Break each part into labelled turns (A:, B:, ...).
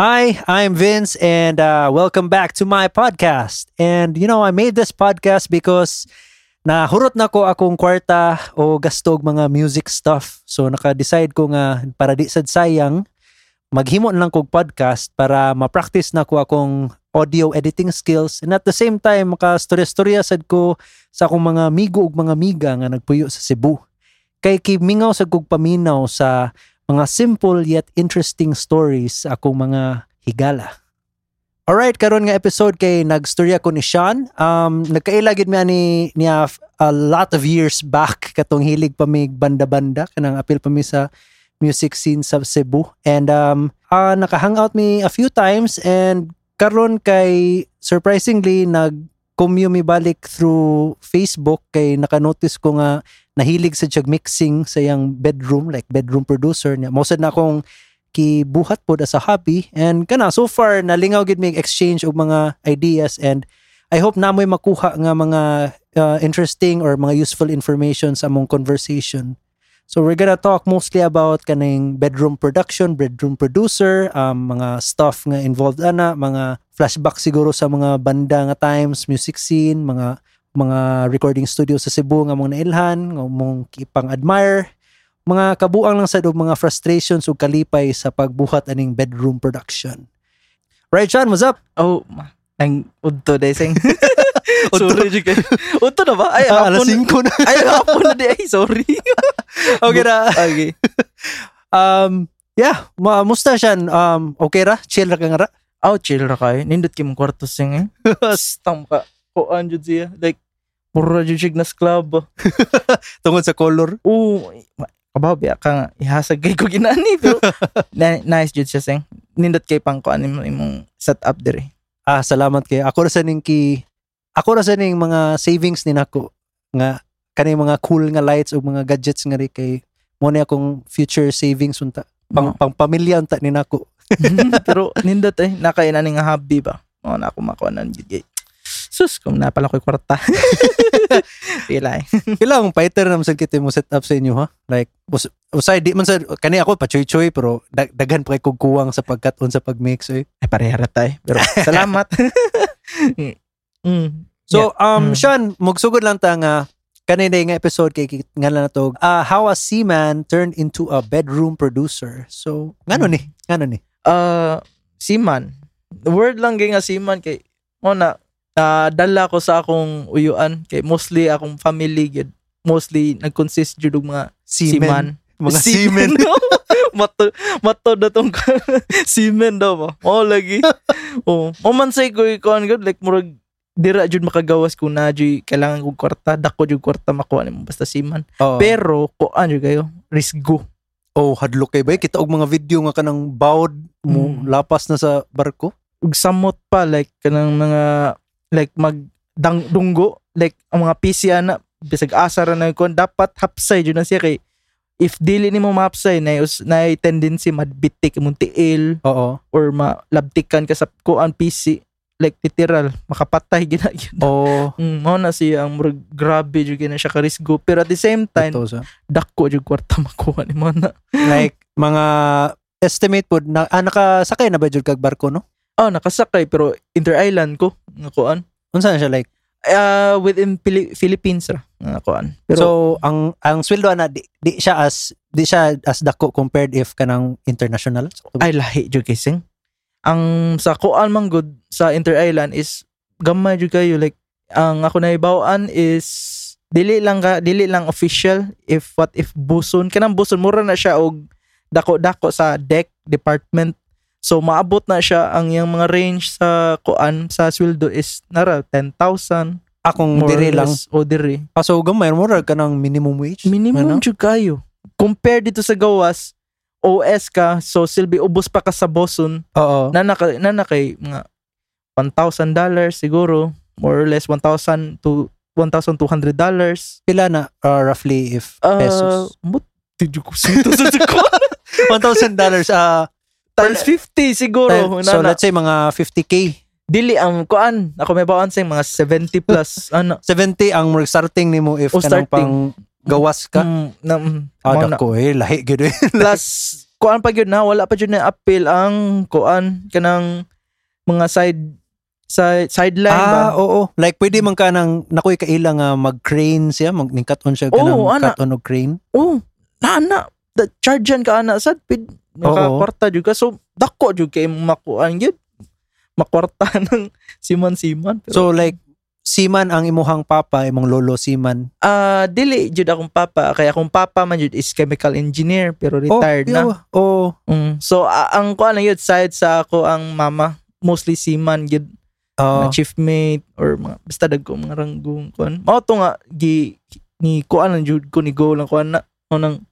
A: Hi, I'm Vince, and uh, welcome back to my podcast. And you know, I made this podcast because nahurot na ko akong kwarta o gastog mga music stuff. So naka-decide ko nga para di sad sayang, maghimo na lang kog podcast para ma-practice na ko akong audio editing skills and at the same time maka-storya-storya sad ko sa akong mga migo ug mga miga nga nagpuyo sa Cebu. Kay kimingaw sa kog paminaw sa mga simple yet interesting stories sa akong mga higala. Alright, karon nga episode kay nagstorya ko ni Sean. Um, nagkailagid mi ani niya f- a lot of years back katong hilig pa mi banda-banda kanang apil pa mi sa music scene sa Cebu and um ah, naka-hangout mi a few times and karon kay surprisingly nag commute mi balik through Facebook kay nakanotice ko nga nahilig sa jug mixing sa yang bedroom like bedroom producer niya. Mosad na akong kibuhat pod as a hobby and kana so far nalingaw gid mig exchange og mga ideas and I hope namoy makuha nga mga uh, interesting or mga useful information sa among conversation. So we're gonna talk mostly about kaning bedroom production, bedroom producer, um, mga stuff nga involved ana, mga flashback siguro sa mga banda nga times, music scene, mga mga recording studio sa Cebu nga mong nailhan, nga mong kipang admire, mga kabuang lang sad og mga frustrations ug kalipay sa pagbuhat aning bedroom production. Right, Sean, what's up?
B: Oh, ma- ang udto day sing.
A: Udto.
B: sorry jud kay. Udto na ba? Ay,
A: Ah, alas 5
B: hapon.
A: na.
B: Ay, hapon na di ay, sorry.
A: okay na.
B: okay.
A: Um, yeah, ma musta Sean? Um, okay ra? Chill ra ka nga ra?
B: Aw, Oh, chill ra kay. Nindot kay mong kwarto sing. Eh. Stam ka. Kuan jud siya. ya? Like pura jud sig nas club. Uh,
A: Tungod sa color.
B: Oo. ma- Kabaw biya ka nga, ihasag kay ko ginani pero na- nice jud siya sing. Nindot kay pang kuan imong imong setup diri.
A: Ah, salamat kay Ako ra sa ning ki Ako ra sa ning mga savings ni nako nga kani mga cool nga lights o mga gadgets nga ri kay mo ni akong future savings unta pang, pang pamilya unta ni nako.
B: pero nindot eh nakay na ni nga hobby ba. Mo na ako makuanan jud kay. Sus, kung na pala ko'y kwarta. Pila eh.
A: Kailang fighter na masad kita mo setup sa inyo ha. Like us- usay di man sad kani ako pa choy pero dag- daghan pa kay kog kuwang sa pagkaton sa pagmix eh.
B: Ay, parehara tayo. Pero salamat. mm.
A: So um
B: Mm.
A: Sean, magsugod lang ta nga kanina nga episode kay kay- nga lang na to, ah, how a seaman turned into a bedroom producer. So eh. ngano
B: Mm.
A: ni? Ngano ni?
B: Uh, seaman. The word lang kay nga seaman kay mo na ah, dala ko sa akong uyuan kay mostly akong family gyud mostly nag-consist jud og mga
A: Seaman.
B: seaman. mato mato na tong seamen daw mo. Oh lagi. Oh, mo man say ko ikon gud like murag dira jud makagawas ko na jud kailangan kog kwarta dako jud kwarta makuha nimo basta seaman.
A: Pero,
B: Pero kuan jud kayo risgo.
A: oh, hadlok kay ba? Kita og mga video nga kanang bawd mo
B: Mm.
A: lapas na sa barko.
B: ug samot pa like kanang mga like mag dang, dunggo like ang mga PC ana bisag asa ra na kon dapat hapsay jud na siya kay if dili nimo mahapsay na us na tendency madbitik imong tiil
A: Oo.
B: or malabtikan ka sa kuan PC like literal makapatay gina yun.
A: Oh,
B: Mm, mao na siya ang murag grabe jud gina siya ka risgo pero at the same time
A: ito sa.
B: dako jud kwarta makuha ni mo na.
A: Like mga estimate po na ah, nakasakay na ba jud kag barko no?
B: Oh nakasakay pero inter island ko nga kuan.
A: Unsa na siya like?
B: uh, within Pili- Philippines ra nga kuan. Pero
A: so ang ang sweldo ana di, di siya as di siya as dako compared if kanang international. So,
B: ay lahi jud kay sing. Ang sa kuan man good sa Inter Island is gamay jud kayo like ang ako naibawaan is dili lang ka dili lang official if what if buson kanang buson mura na siya og dako-dako sa deck department. So maabot na siya ang yung mga range sa kuan sa sweldo is nara 10,000
A: akong
B: more
A: dire lang.
B: o dire.
A: Ah, so gamay mo ra kanang minimum wage.
B: Minimum
A: Ano?
B: jud kayo. Compare dito sa gawas, OS ka, so silbi ubos pa ka sa boson,
A: Oo.
B: na naka, na na kay mga $1,000 siguro, more or less 1,000 to $1,200. dollars
A: Pila na ah, roughly if pesos?
B: Mut, did you kusito sa ko?
A: $1,000 ah
B: Times 50 siguro.
A: Tal- so
B: oh, na, na.
A: let's say mga 50k.
B: Dili ang kuan. Ako may bawaan sa mga 70 plus. ano,
A: 70 ang more starting nimo if
B: O
A: kanang
B: Oh, starting. Hmm.
A: pang gawas ka.
B: mm, na, mm,
A: Ah,
B: mao na.
A: dako eh, lahi gyud eh.
B: plus kuan pa gyud na wala pa gyud na appeal ang kuan kanang mga side side sideline
A: Ah,
B: ba.
A: oo. Like, pwede man ka ng, nakuy kaila nga ah, mag-crane siya, mag cut on siya, ka
B: Oo,
A: ng
B: ana.
A: cut on o crane.
B: oh, na na, the chargean ka ana sad pid nakakwarta jud ka. So dako jud kay makuan gyud. Makwarta ng siman-siman. Pero, so
A: So, like, siman ang imuhang papa, imong lolo siman.
B: ah dili jud akong papa kaya akong papa man jud is chemical engineer pero
A: Oh,
B: retired
A: iya.
B: na.
A: Oo.
B: Mm. So a- ang kuan lang yun side sa ako ang mama mostly gitu. seaman gyud
A: Oo.
B: mga chief mate or mga basta dagko mga ranggong kuan. Mao to nga gi ni kuan lang jud ko ni go lang kuan na mao nang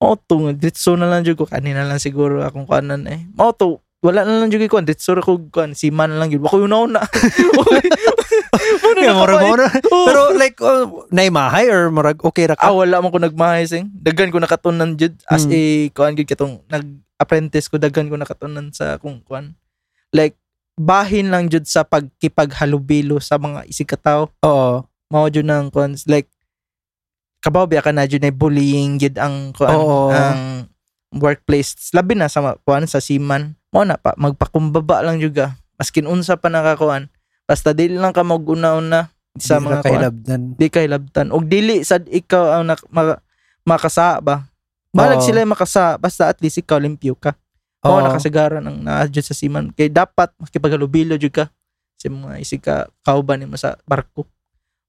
B: mao to nga ditso na lang jud ko kanina lang siguro akong kuanan eh. Mao to wala na lang jud ko kuan ditso ra ko kuan seaman na lang jud. Ako yun na.
A: Yeah, murag- murag-
B: Pero
A: Pero like, oh, naimahay or murag okay ra ka?
B: ah wala man ko nagmahising. Daghan ko nakatunan jud as
A: Mm.
B: a kuan jud katong nag apprentice ko daghan ko nakatunan sa kung kuan. Like bahin lang jud sa pagkipaghalubilo sa mga isikataw
A: Oo.
B: mao jud ng cons like kabaw biya ka na jud na bullying jud ang kuan
A: Oo.
B: ang workplace labi na sa ma- kuan sa siman mao na pa magpakumbaba lang jud ka maskin unsa pa nakakuan basta dili lang ka maguna-una
A: Di ra
B: sa mga kuan
A: kahilabdan.
B: di kay labtan og dili sad ikaw ang nak, ma, makasa ba Balag
A: Oo.
B: sila makasa basta at least ikaw limpyo ka. Oo,
A: Oo.
B: nakasagaran ang na-adjust sa siman. Kaya dapat makipaghalubilo jud ka sa mga isig ka kauban mo sa barko.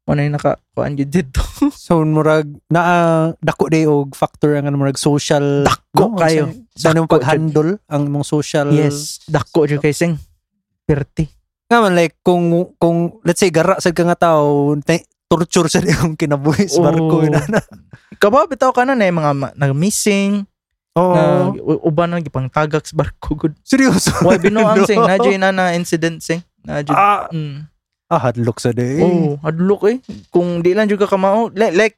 B: Mo na yung nakakuan jud dito.
A: So murag naa dako day og factor ang ano, murag social no,
B: Dako kayo.
A: Sa sa imong
B: Dako,
A: pag-handle ang imong social
B: Yes, dako jud kay sing. Perti.
A: Nga man like kung kung let's say gara sad ka nga tao te- torture sa imong kinabuhi sa barko ano?
B: Oo.
A: na na.
B: Kabaw bitaw ka na na yung mga ma- nag-missing, na u- uban na gipangtagak sa barko gud.
A: seryoso.
B: Why binuang sing,
A: No.
B: nadyo na na incident sing. Nadyo.
A: Ah,
B: Mm.
A: ah hadlok sa day.
B: Oo, oh, adlok eh. Kung di lang jud ka kamao, like, like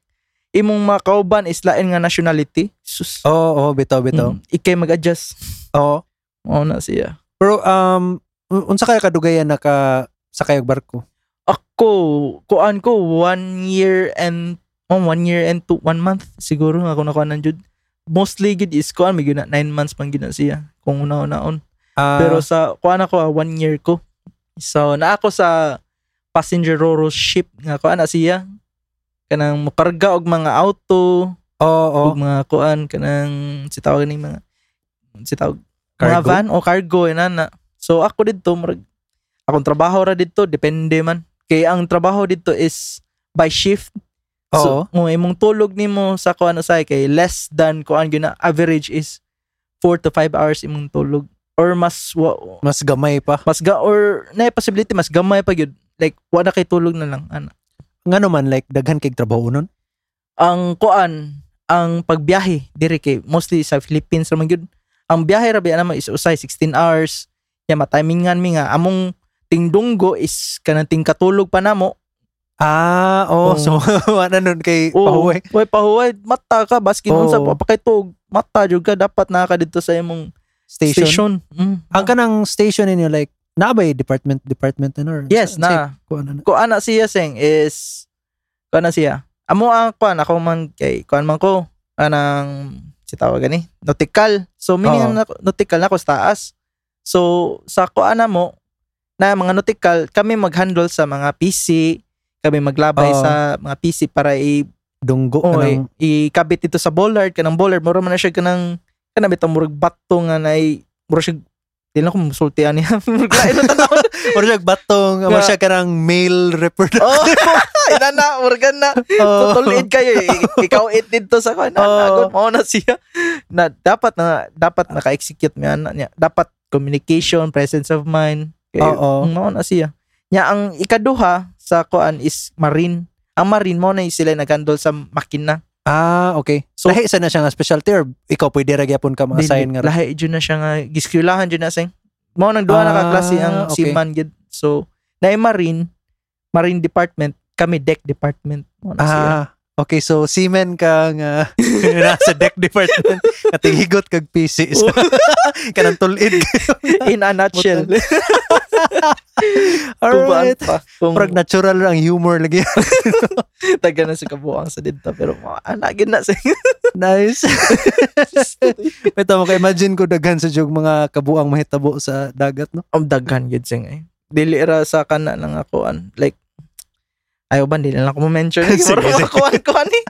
B: imong mga kauban is lain nga nationality. Sus.
A: Oo, oo, bitaw Oh, bitaw.
B: Mm, ikay mag-adjust.
A: Oo.
B: Oo na siya.
A: Pero um un- unsa kaya kadugayan naka sa kayog barko?
B: Ako, kuan ko, one year and, oh, one year and two, one month, siguro nga ako nakuha ng jud. Mostly gid is kuan, may gina, nine months pang gina siya, kung una-unaon.
A: Ah,
B: Pero sa, kuan ako, ah, one year ko. So, na ako sa passenger ro-ro ship, nga kuan na siya. Kanang mukarga og mga auto,
A: oo, oo.
B: og mga kuan, kanang, sitawag ni mga, sitawag, mga
A: Cargo?
B: van o cargo ina na. So ako dito murag akong trabaho ra dito depende man. Kay ang trabaho dito is by shift.
A: Oo.
B: So mo imong tulog nimo sa kuan usay kay less than kuan gyud na average is 4 to 5 hours imong tulog or mas wa,
A: Mas gamay pa.
B: mas ga or na possibility mas gamay pa gyud. Like wala kay tulog na lang ano. ana.
A: Ngano man like daghan kay trabaho nun?
B: Ang kuan ang pagbiyahe dire kay mostly sa Philippines ra man gyud. Ang biyahe ra biya naman is usay 16 hours. Yeah, matimingan mi nga among tingdunggo is kanang tingkatulog pa namo.
A: Ah, oh,
B: Oo.
A: so wala nun kay
B: Oo.
A: pahuwi.
B: Way pahuway mata ka baskin unsa
A: Oo.
B: pa pakitog mata jud ka dapat naa ka dito sa imong
A: Station.
B: station. Mm.
A: Ang kanang station ninyo like naabay department department na or sa- sa-
B: yes na.
A: kung ano na.
B: Ko ana siya sing is ko ana siya. Amo ang kuan ako man kay kuan man ko anang si tawag gani nautical. So meaning
A: Oo.
B: na nautical na ko sa taas. So sa kuan na mo na mga nautical kami mag-handle sa mga PC, kami maglabay
A: Oo.
B: sa mga PC para i
A: dunggo
B: Oo,
A: kanang
B: i- ikabit ito sa bollard kanang bollard mura man na siya kanang kanang bitang murag bato nga nay mura siya di lang ko musultian niya murag lain na tanaw
A: or siya batong
B: Nga.
A: or siya kanang male reporter.
B: oh ina na murag na
A: Oh.
B: tutuliin kayo eh. I- ikaw it dito sa kanang
A: Oo.
B: oh. mo na siya na dapat na dapat naka-execute niya na niya dapat communication presence of mind
A: Oo.
B: mao na siya nya ang ikaduha sa kuan is marine ang marine mo na sila nag-handle sa makina
A: Ah, okay. So,
B: So-
A: Lahi isa na siya nga specialty or ikaw pwede ra gyapon ka
B: Dili.
A: ma-assign nga. ra?
B: Lahi jud na siya nga giskulahan jud na sing. Mao nang duha
A: Ah,
B: na ka klase ang
A: okay.
B: seaman gid. So na marine marine department kami deck department. Mao na siya.
A: Ah, okay. So, seaman ka nga nasa deck department katigigot kag PC. So, kanang tulid. Ah.
B: In a nutshell. Tubaan
A: Alright.
B: pa. Kung
A: Parang natural ang humor lagi.
B: taga na sa kabuang sa dito pero mga anak gid na sing.
A: Nice. Ito mo kay imagine ko daghan sa jug mga kabuang mahitabo sa dagat no.
B: Ang daghan gyud sing eh. Dili ra sa kana lang ako an. Like ayaw ba dili lang ako mention ni
A: Sige,
B: Moro
A: sige.
B: ako an ano, eh. ko ani.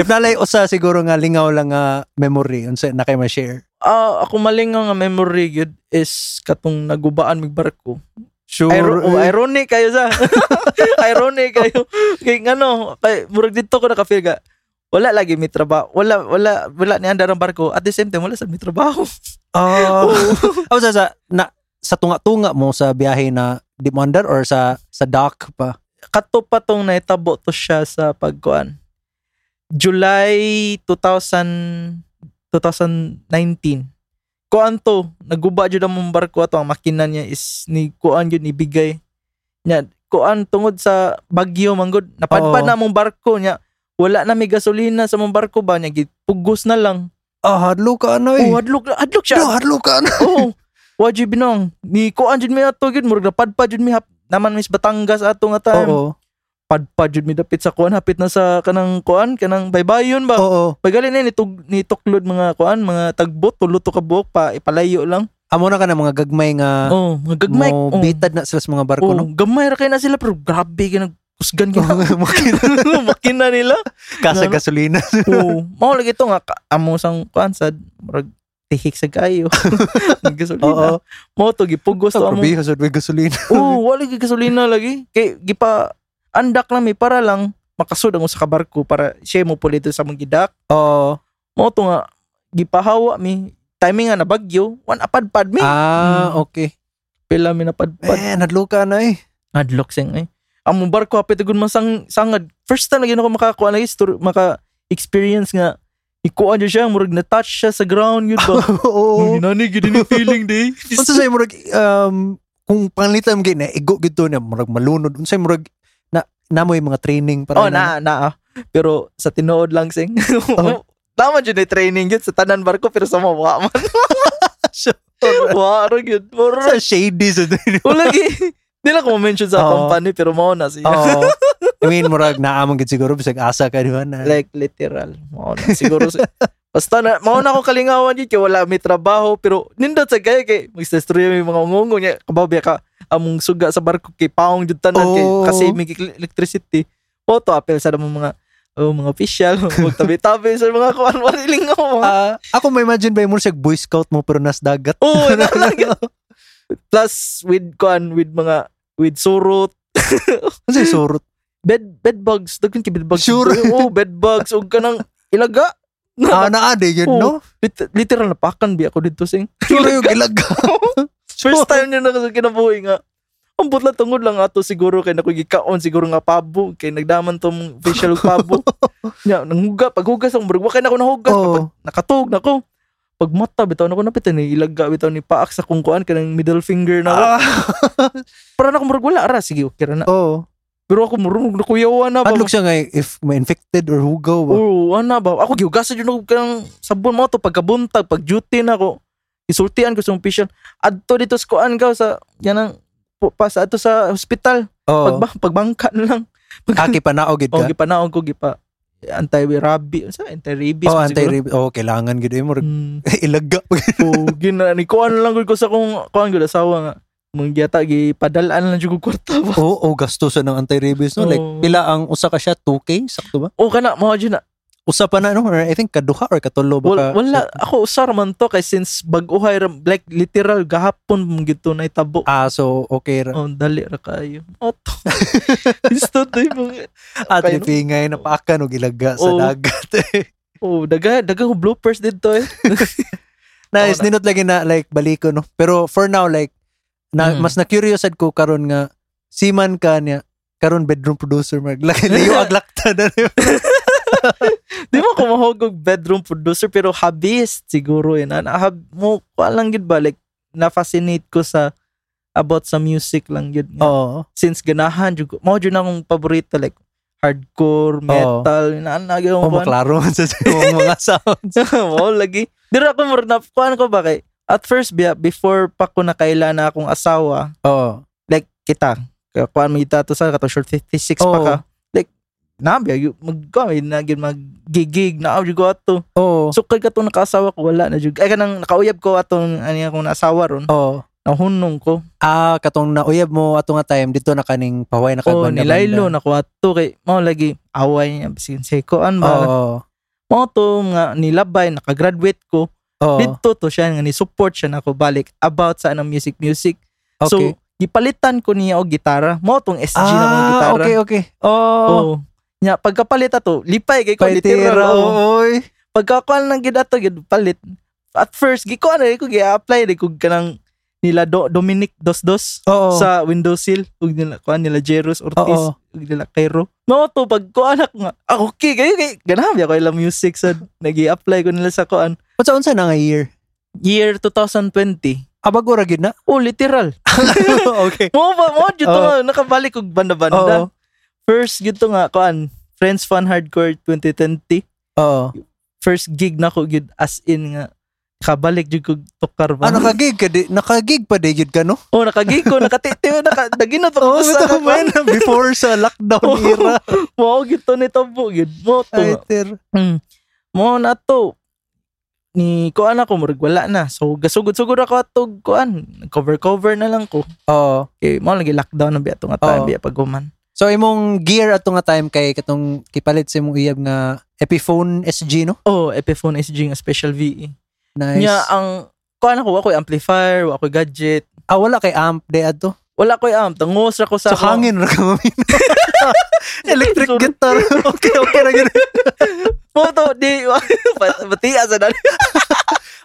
A: If nalay usa siguro nga lingaw lang nga memory unsa na kay ma-share.
B: Ah, ako malingaw nga memory gyud is katong nagubaan mig barko.
A: Sure.
B: Iro- oh, ironic kayo sa. ironic kayo. Kay ngano, kay murag dito ko naka-feel ka. Wala lagi mi trabaho. Wala wala wala ni andar ang barko. At the same time wala sa mi trabaho.
A: Oh. Oh, sa, sa, na, sa tunga-tunga mo sa biyahe na di mo andar or sa sa dock pa.
B: Kato pa tong naitabo to siya sa pagkuan. July 2000 2019. Kuan to, naguba jud ang mong barko ato ang makina niya is ni kuan jud ibigay. Nya kuan tungod sa bagyo manggod napadpad
A: Oo.
B: na mong barko nya. Wala na may gasolina sa mong barko ba nya gipugos na lang.
A: Ah, hadlo ka ano eh.
B: Oh, adlok adlok siya.
A: No, hadlo ka ano.
B: Oo. Wa jud binong. Ni kuan jud mi ato gyud murag napadpad jud mi hap naman mis Batangas ato nga time.
A: Oo.
B: Padpad jud mi dapit sa kuan hapit na sa kanang kuan kanang baybayon ba.
A: Oo.
B: Pagali na ni tug ni tuklod mga kuan mga tagbot tulo to ka buhok pa ipalayo lang.
A: Amo na ka na mga gagmay nga
B: Oh, mga gagmay.
A: Ah. mo
B: oh.
A: bitad na sila sa mga barko
B: Oh,
A: no.
B: gamay ra kay na sila pero grabe ka
A: Oh,
B: kusgan gina.
A: Makita
B: Makina nila.
A: ka sa
B: Ano?
A: gasolina.
B: Oo. Mao lagi to nga ka- amo sang kuan sad murag tihik sa kayo. gasolina.
A: Oo. Oh,
B: Mao to gipugos to among
A: Probiho sa may gasolina.
B: Oo, wala kay gasolina lagi. Kay gipa andak lang mi para lang makasud ang usa ka barko para siya mo pulito sa mong gidak.
A: Oo.
B: Mo to nga gipahawa mi. Timing nga na bagyo, wan apadpad mi.
A: Ah,
B: Mm.
A: okay.
B: Pila mi napadpad.
A: Man, hadlo ka ano eh.
B: Adlock sing eh. Ang mong barko hapit gud man sang sangad. First time lagi na ko makakuha lagi story, maka experience nga ikuan jud siya murag na touch siya sa ground yun ba.
A: Oo.
B: Nani gid ni feeling di.
A: Oh. Unsa say murag um kung panglitan gyud na igo gyud to na murag malunod. Unsa murag na namoy mga training para
B: Oh, na, na. ah. Pero sa tinood lang, sing.
A: Oh.
B: Tama dyan yung training yun sa tanan barko pero sa mawa man. Waro yun. Waro.
A: sa shady sa
B: Ulagi. Di lang ko mention sa
A: Oo.
B: company pero mao na siya.
A: Oo. I mean, murag naamang gid siguro bisag asa ka diba na.
B: Like literal. Mao na siguro. si- Basta na, mao na ako kalingawan yun kaya wala may trabaho pero nindot sa kaya kay magsastroy yung mga ngungo niya. Kababi ka among suga sa barko kay paong jud tanan kay
A: Oo.
B: kasi may kik- electricity. O to apel sa namang mga oh, mga official, huwag tabi-tabi sa mga kuan wariling mo.
A: Ah, ako may imagine ba mo siyang boy scout mo pero nas dagat.
B: Oo, oh, Plus with kuan with mga with surut,
A: Ano sa'yo surot?
B: bed bed bugs, daghan kay bed bugs.
A: Sure.
B: Oo, bed bugs ug kanang ilaga.
A: Ah, naade yun,
B: Oo.
A: no?
B: Lit- literal na pakan bi ako dito sing.
A: Sure yung gilaga.
B: First time niya na kasi kinabuhi nga. Ang butla tungod lang ato siguro kay nakugikaon siguro nga pabo kay nagdaman tong facial ug pabo. Nya nanghuga paghugas ang burg kay nako nahugas
A: Oo.
B: nakatog nako. Pag mata bitaw nako napitan ni ilaga bitaw ni paak sa kung kuan kanang middle finger na. ako.
A: Ah,
B: Para na kumurog wala ra sige okay ra na.
A: Oo.
B: Pero ako marunong na kuyawa na ba.
A: Padlock oh. siya nga if may infected or hugaw ba.
B: Oo, ana ba? Ako giugasa jud ako kanang sabon mo to pagkabuntag, pag duty na ako. Isultian ko sa official. Adto dito sa kuan ka sa yanang pu- pa sa ato sa hospital.
A: Oo.
B: Pagbang pagbangka na lang.
A: Oh. Aki pa naogid ka.
B: O gipanaog ko gipa anti rabi sa anti rabies
A: Oo, Oh, anti Oo, kailangan gid eh, mo ilaga.
B: Hmm. oh, gina ni kuan lang gud ko sa kung kuan gud asawa nga. Mung giyata gipadalaan lang jud ko kwarta ba.
A: Oo, oh, gastusan ng anti-rabies no. Like
B: Oo.
A: pila ang usa ka siya 2k sakto ba?
B: O kana mao jud na
A: Usa pa na no, or I think kaduha or katulo ba ka.
B: Wala, wala ako usar man to kay since baguhay ra- like literal gahapon mong gito na itabo.
A: Ah, so okay ra.
B: Oh, dali ra kayo. Oto. Gusto to yung
A: At
B: okay, no?
A: lipingay na paakan og ilaga sa
B: Oo.
A: dagat. eh.
B: Oh, daga daga ko bloopers dito eh.
A: nice,
B: Oo na.
A: nindot lagi na like baliko no. Pero for now like na,
B: Mm.
A: mas na curious sad ko karon nga siman ka niya karon bedroom producer mag lagi layo ang lakta na niya.
B: Di mo ko mahogog bedroom producer pero hobbyist siguro eh. Na, na- hab, mo ko lang gid ba like na-fascinate ko sa about sa music lang gid. nga.
A: Oo.
B: Since ganahan jud ko. Mao jud na akong paborito like hardcore, metal, na na gyud
A: Oh, maklaro man sa mga mga sounds.
B: Wow, lagi. Dira ako mo na kuan ko ba kay at first biya before pa ko nakaila na akong asawa,
A: Oo.
B: like kita. Kaya kuan mo itato sa kato short 56 pa
A: Oo.
B: ka. Like nabi magkami na gyud maggigig na gyud ko ato.
A: Oo.
B: So kay katong nakasawa ko wala na jud. Ay kanang nakauyab ko atong ani akong naasawa ron.
A: Oo.
B: Nahunong ko.
A: Ah, katong nauyab mo ato nga time dito na kaning paway na
B: Oh,
A: kagbanda.
B: nilaylo na ko ato kay mao lagi away niya bisin sekuan ba.
A: Oo.
B: Mao to nga nilabay nakagraduate ko.
A: Oo.
B: Dito to siya nga ni support siya nako balik about sa anong music music. So
A: Okay.
B: gipalitan ko niya og gitara. Mao tong SG na akong
A: ah,
B: gitara.
A: okay, okay. Oo.
B: Oh. Nya pagkapalit ato, lipay kay ko literal.
A: Paitira,
B: oo.
A: oy.
B: Pagkakuan lang gid ato gid palit. At first gikuan na ko gi-apply ko kanang nila Do- Dominic Dosdos
A: Oo.
B: sa Windows Hill ug nila kuan nila Jeros Ortiz
A: Oo.
B: ug nila Cairo. No to pag ko anak nga. Ah, okay kayo kay ganahan ako ilang ya music sa nag-apply ko nila sa kuan
A: Unsa unsa na nga year?
B: year 2020.
A: Abag ra gyud na.
B: Oh, literal.
A: okay.
B: Mo ba mo jud to
A: Oo.
B: nga, nakabalik og banda-banda.
A: Oo.
B: First gid to nga kuan Friends Fun Hardcore 2020.
A: Oo.
B: first gig na ko gid as in nga kabalik jud ko tokar ba.
A: Ah, nakagig ka di, nakagig pa di gyud ka no?
B: oh nakagig ko nakatitiw naka naginot ako
A: Oo,
B: sa
A: ito man
B: kapan.
A: Oh, before sa lockdown
B: Oo.
A: era.
B: Mao gito ni tabo gid. Mo to.
A: Ay,
B: nga.
A: ter.
B: Hmm. Mao na to. Ni kuan ako murag wala na. So gasugod-sugod ako atog kuan. Cover cover na lang ko.
A: Oo.
B: Okay, mao lagi lockdown na biya tong
A: Oo.
B: atay biya paguman.
A: So imong gear ato nga time kay katong kipalit sa imong iyab nga Epiphone SG no?
B: Oh, Epiphone SG nga special VE.
A: Nice.
B: Nya ang kuan ako ako amplifier, ako gadget.
A: ah, wala kay amp de ato.
B: Wala ko am, tangos ra ko sa
A: So hangin ra ka mamin. Electric
B: Sunod.
A: guitar. okay, okay ra gyud.
B: Moto di ah, pati asa na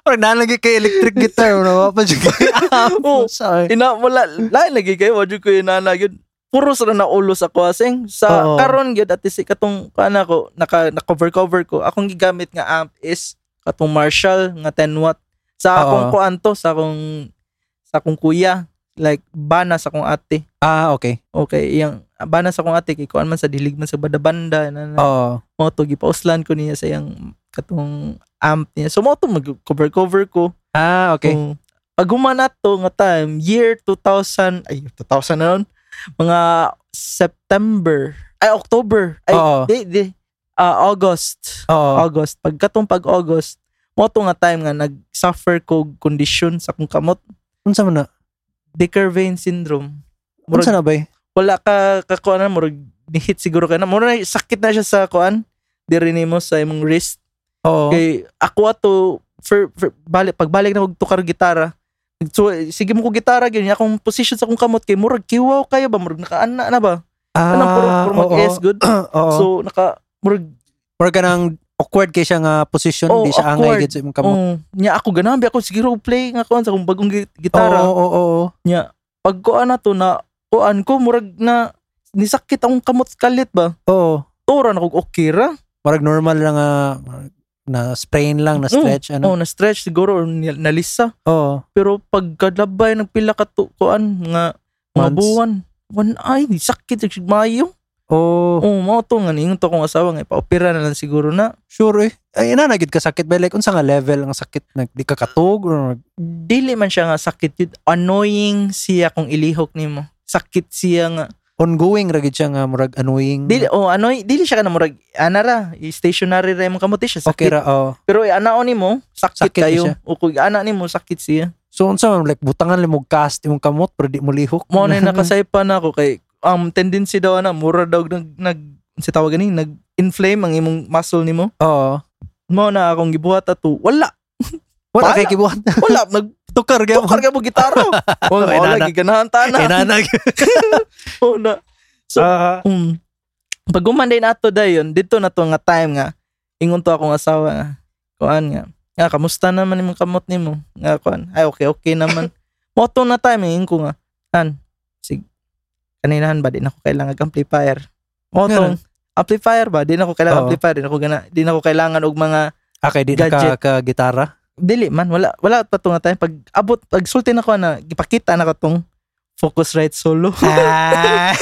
A: Parang nalagi kay electric guitar wala pa jud kay amp. Oh,
B: Oo.
A: Sorry.
B: Oh, ina wala lain lagi kayo wajud ko inana yun puro sa na ulo sa kwaseng sa
A: Oo.
B: karon gyud at si katong kana ko naka, na cover cover ko akong gigamit nga amp is katong Marshall nga 10 watt sa akong
A: Oo.
B: kuan to sa akong sa akong kuya like bana sa akong ate
A: Ah, okay.
B: okay iyang bana sa akong ate kay kuan man sa dilig man sa badabanda na na
A: Oo.
B: mo to gipauslan ko niya sa iyang katong amp niya so mo to mag cover cover ko
A: Ah, okay.
B: Okay. Pag gumana to nga time, year 2000, ay 2000 na nun, mga September, ay October, ay
A: Oo.
B: di, di, ah, August,
A: Oo.
B: August. Pagkatong pag August, mo to nga time nga nag-suffer ko og kondisyon sa kung kamot,
A: Unsa man na?
B: Dicker vein syndrome. Murag,
A: Unsa na ba? eh?
B: wala ka kakuanan, murag nihit siguro ka na. Murag sakit na siya sa kuan, diri nimo sa imong wrist.
A: Oo.
B: Kay ako ato for, for balik pagbalik na kog tukar gitara. So sige mo ko gitara gyud niya akong position sa akong kamot kay murag kiwaw kayo ba murag nakaana na ba?
A: Ah,
B: Anong puro puro mag
A: oo.
B: S good.
A: Oo.
B: So naka murag
A: Parang kanang awkward kay siya nga position,
B: Oo,
A: di siya
B: Oh, awkward.
A: angay gid sa imong kamot.
B: oh, niya ako ganabi ako siguro play nga kuan sa akong bagong gi-
A: Oo,
B: gitara.
A: oo, oo.
B: Niya pag kuan na to na kuan ko murag na nisakit akong kamot kalit ba?
A: Oo.
B: Tura na kog okay ra.
A: Parang normal lang nga na sprain lang, na stretch ano.
B: Oh, na stretch siguro or nil- nalisa.
A: Oo.
B: Pero pagkadlabay nagpila ka to- kuan nga mga
A: Months.
B: buwan, one ay di sakit yung mayo.
A: Oo.
B: Oh, mao to nga ningon to kong asawa nga ipaopera na lang siguro na.
A: Sure eh. Ay, ina na gid ka sakit ba like unsa nga level ang sakit nag di ka katog or
B: Dili man siya nga sakit yun. Annoying siya kung ilihok nimo. Sakit siya nga.
A: ongoing ra gid siya nga murag annoying.
B: Dili oh annoy, dili siya ka na murag anara, stationary ra imong kamuti siya
A: okay
B: sakit.
A: ra. oo.
B: Pero anaon nimo, sakit,
A: Sakit
B: kayo.
A: siya.
B: O kung ana nimo sakit siya.
A: So unsa man like butangan limog cast imong kamot pero di mo lihok.
B: Mao na yung nakasaypa na ako kay ang tendency daw na mura daw nag nag si tawag ni nag inflame ang imong muscle nimo.
A: Oo.
B: mo na akong gibuhat ato wala
A: Wala
B: Bahala.
A: kay kibuhat.
B: wala nag
A: Tukar gyud.
B: tukar ka mo gitara oh
A: Ay,
B: wala
A: nana.
B: giganahan ta
A: Ay
B: na
A: na
B: oh na So-
A: Ah,
B: um pag gumanday na ato dayon dito na to nga time nga ingon to akong asawa nga kuan nga nga kamusta naman imong kamot nimo nga kuan ay okay okay naman mo to na time eh. ingon ko nga an sig kaninahan ba din ako kailangan og amplifier mo tong amplifier ba din ako kailangan
A: Oo.
B: amplifier din ako gana din ako kailangan og mga
A: Okay, di na ka,
B: Gadget.
A: ka gitara.
B: dili man wala wala pa to nga tayo pag abot pag sulti na ko na gipakita na ko tong focus right solo
A: Ah.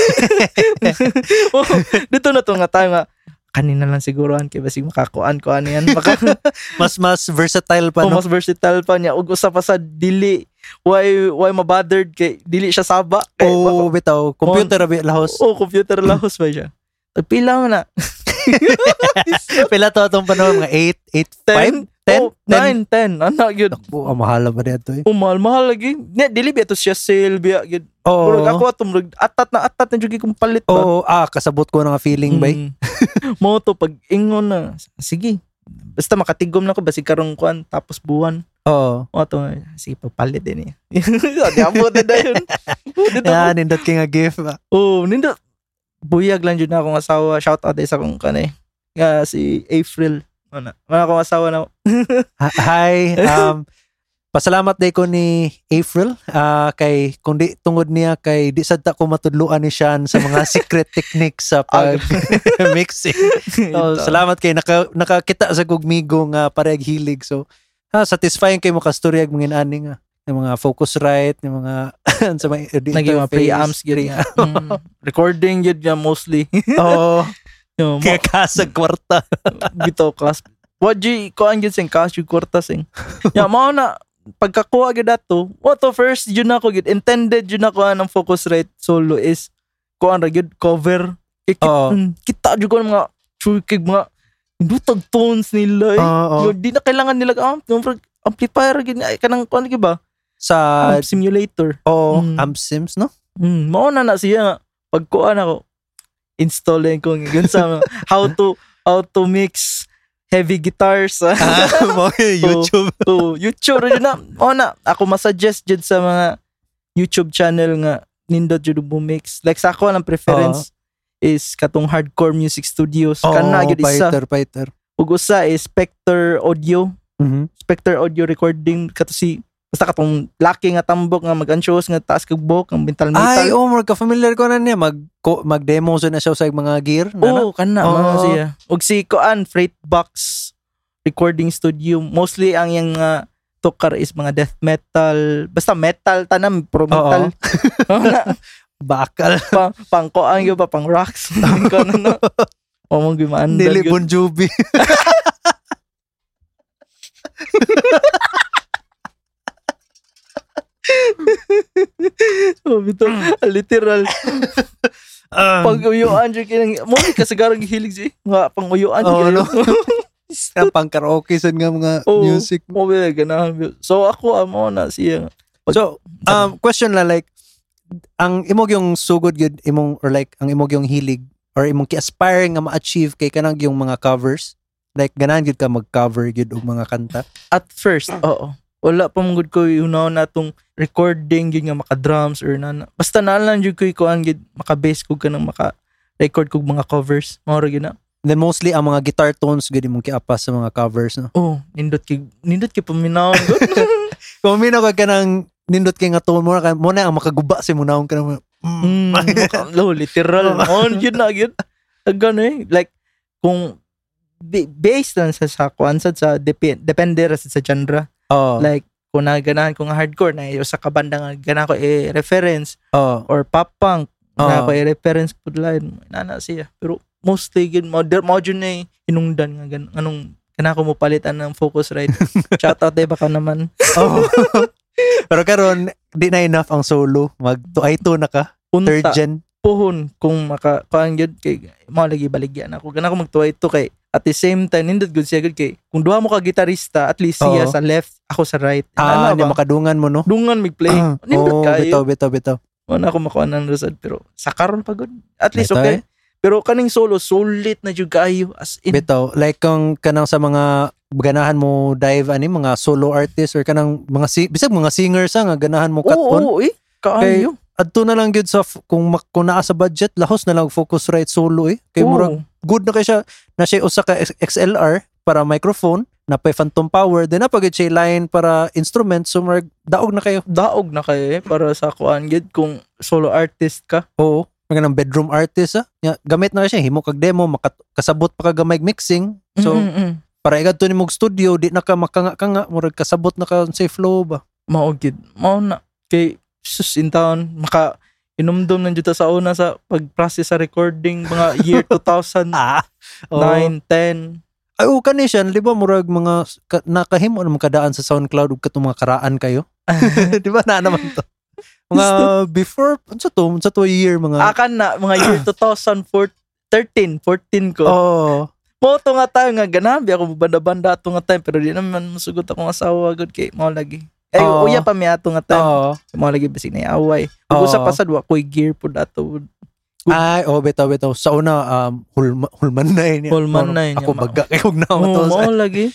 B: Oh, dito na to nga tayo nga kanina lang siguruhan kay basig makakuan ko ano yan maka
A: mas mas versatile pa
B: oh,
A: no.
B: mas versatile pa niya ug usa pa sa dili why why
A: Oh,
B: mabothered kay dili siya saba kay
A: Oo, bitaw. Computer abi lahos.
B: oh computer lahos ba siya Pila mo na.
A: Eh, Pila to itong panahon, mga 8, 8, 5? 10?
B: Oh, 9, 10. Ano yun?
A: Oh, mahal ba dito eh?
B: Oh, mahal, mahal lagi. Ne, dili ba ito siya sale, biya, yun.
A: Oo.
B: Pero ako ato, murag, atat na atat na jugi kong palit ba?
A: Oo, ah, kasabot ko na nga feeling ba eh.
B: Mm. Mo to, pag ingon na. Sige. Basta makatigom na ko, basi karong kuan, tapos buwan.
A: Oo.
B: O to, sige, pagpalit din eh. Adi, abot na dahil. Dito ako.
A: Yan, nindot king nga gift. ah.
B: Oh, nindo. Buyag lang jud na akong asawa. Shout out sa akong kanay. Nga si April. Ano? Wala akong asawa na.
A: Ha- Hi, um, pasalamat day ko ni April. ah, kay, kundi tungod niya, kay di sad ta ko matudluan ni siya sa mga secret techniques sa pag mixing. So,
B: Ito.
A: Oh, salamat kay naka, nakakita sa gugmigo nga parehag hilig. So, ha, satisfying kay mo kastoryag mga ani nga. Yung mga focus right, yung mga sa mga edit
B: Naging mga pre-amps
A: gid.
B: gid. Mm, recording yun nga mostly.
A: Oo,
B: Yung
A: kaya
B: mo-
A: kasag kwarta.
B: bitaw kas. What G, kuhaan yun sing, kas yung kwarta sing. Yan, mao na, pagkakuha gid ato, what to first yun ako gid, intended yun ako ng focus right solo is, kuhaan ra gid, cover. Kikit,
A: Oo.
B: mm, kita yun ko ng mga, chukig mga, dutag tones nila eh.
A: Oo.
B: Yo, di na kailangan nila amp, yung frag- amplifier gini ay kanang kuan gi ba?
A: Sa
B: Amp simulator.
A: oh,
B: Mm.
A: amp sims, no?
B: Mm, mao na na siya nga pag kuan ako installin ko yun sa mga how to how to mix heavy guitars ah. sa
A: mo
B: Oh.
A: YouTube.
B: to YouTube yun na. Mao na ako masuggest jud sa mga YouTube channel nga nindot jud mo mix. Like sa ako ang preference is katong hardcore music studios
A: Oh,
B: kana gyud isa
A: fighter, fighter.
B: ug usa is Spectre Audio Mm-hmm.
A: Mhm.
B: Spectre Audio Recording kato si basta katong laki nga tambok nga mag-ansyos nga taas kag buhok ang mental metal.
A: Ay, oh, ka familiar ko na niya. Mag, ko, mag-demo sa na siya sa mga gear. Na, na?
B: Oo, kana
A: Oo.
B: man siya. Ug si Koan Freightbox Recording Studio mostly ang yang nga tukar is mga death metal basta metal tanam pro metal Wala.
A: Bakal.
B: pang pang koan gyud pa pang rocks kana na o mong gimaan
A: Nili Bon Jovi. Hmm.
B: ah, literal
A: Um,
B: pag uyuan jud kinang mo ni kasagarang hilig si nga pang uyuan
A: Oo,
B: jud
A: no?
B: kayo.
A: na pang karaoke sa nga mga
B: Oo.
A: music.
B: mo ba ganahan so ako amo na siya Pag-
A: So,
B: ano?
A: um, question la like, ang imog yung sugod yun, imong, or like, ang imog yung hilig, or imong ki-aspiring nga ma-achieve kay kanang yung mga covers. Like, ganahan yun ka mag-cover yun og mga kanta.
B: at first oo wala pa mong good ko unaw na tong recording yun nga maka drums or na, na- basta na lang jud ko ikuan gid maka bass ko kanang maka record kog mga covers mao ra gina
A: Then mostly, ang mga guitar tones yun imong kiapas sa mga covers. No?
B: oh nindot kay nindot kay paminaw
A: Kung umino ka ka ng nindot kay nga tone mo na, ka- mo na ang makaguba si mo naong ka na, mm,
B: mm, maka- no, literal on yun na yun Gano eh like kung ba- based lang sa sa kuan sa sa depend depende ra sa sa genre
A: oh,
B: Like, kung naganahan ko nga hardcore, na eh, sa kabanda nga ganahan ko i-reference,
A: oh,
B: or pop punk, na
A: Oo.
B: ko i-reference po line, nana siya. Pero mostly, yun, mo mo yun na eh, hinungdan nga, gan, anong, ganahan ko mo palitan ng focus right. Shout out eh, baka naman.
A: oh. Pero karon di na enough ang solo. Mag to ay to na ka. Third
B: Punta,
A: gen.
B: puhon, kung maka, kuhan yun, kay, malagi baligyan ako. Ganahan ko magtuwa ito kay, at the same time, nindot good siya good kay, kung duha mo ka gitarista, at least siya
A: Oo.
B: sa left, ako sa right.
A: Oh. Ah, na
B: Ano ba?
A: makadungan mo no.
B: Dungan mig-play. Nindot
A: oh,
B: kayo.
A: bitaw, bitaw, bitaw.
B: Wala ako makuha ng result pero sa karon pagod. At least
A: Ito eh.
B: okay. Pero kaning solo sulit na jud kayo as in.
A: Bitaw. Like kung kanang sa mga ganahan mo dive ani mga solo artist or kanang mga si- bisag mga singers ah, nga ganahan mo
B: Oo,
A: katon.
B: oo, eh. Kaayo.
A: Adto na lang gyud sa f- kung mak- kung naa sa budget lahos na lang focus right solo eh. Kay
B: Oo.
A: murag good na kay siya na siya usa ka X- XLR para microphone na pay phantom power then na pagid siya line para instrument so murag daog na kayo.
B: daog na kayo eh para sa kuan gid kung solo artist ka.
A: Oo. Mga ng bedroom artist ah. Nga, gamit na siya himo kag demo maka, kasabot pa ka gamay mixing. So
B: Mm-mm-mm.
A: para igadto ni mog studio di na ka makanga-kanga murag kasabot na ka sa flow ba.
B: mao gid. Mao na kay sus in town maka inumdum na jud ta sa una sa pag-process sa recording mga year 2009,
A: Ah. Oo.
B: 10.
A: Ay oo kani siya, di ba murag mga ka, nakahimo na kadaan sa SoundCloud ug katong mga karaan kayo. di ba na naman to. Mga before sa to sa to year mga
B: Ah, Akan na mga year 2014 13, 14 ko.
A: Oh.
B: Moto nga tayo nga ganabi ako banda-banda ato nga time pero di naman masugot akong asawa good kay mao lagi. Ay
A: Oo.
B: uya pa mi ato nga time.
A: Oh.
B: Mao lagi basig na away.
A: Oo.
B: Ug usa pa sad wa koy gear pud ato.
A: Ay, oh, bitaw, bitaw. Sa una, um, hulma, hulman na yun. yan.
B: Hulman
A: Ano,
B: na yun
A: Ako
B: yan,
A: bagga kayo huwag na ako
B: Mo
A: to.
B: mao lagi.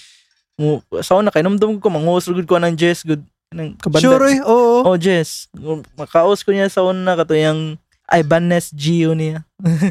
B: Mo sa una kay namdum ko mangos gud ko ng Jess good nang kabanda.
A: Sure, eh, oo.
B: Oh Jess, makaos ko niya sa una katuyang Ibanez Gio niya.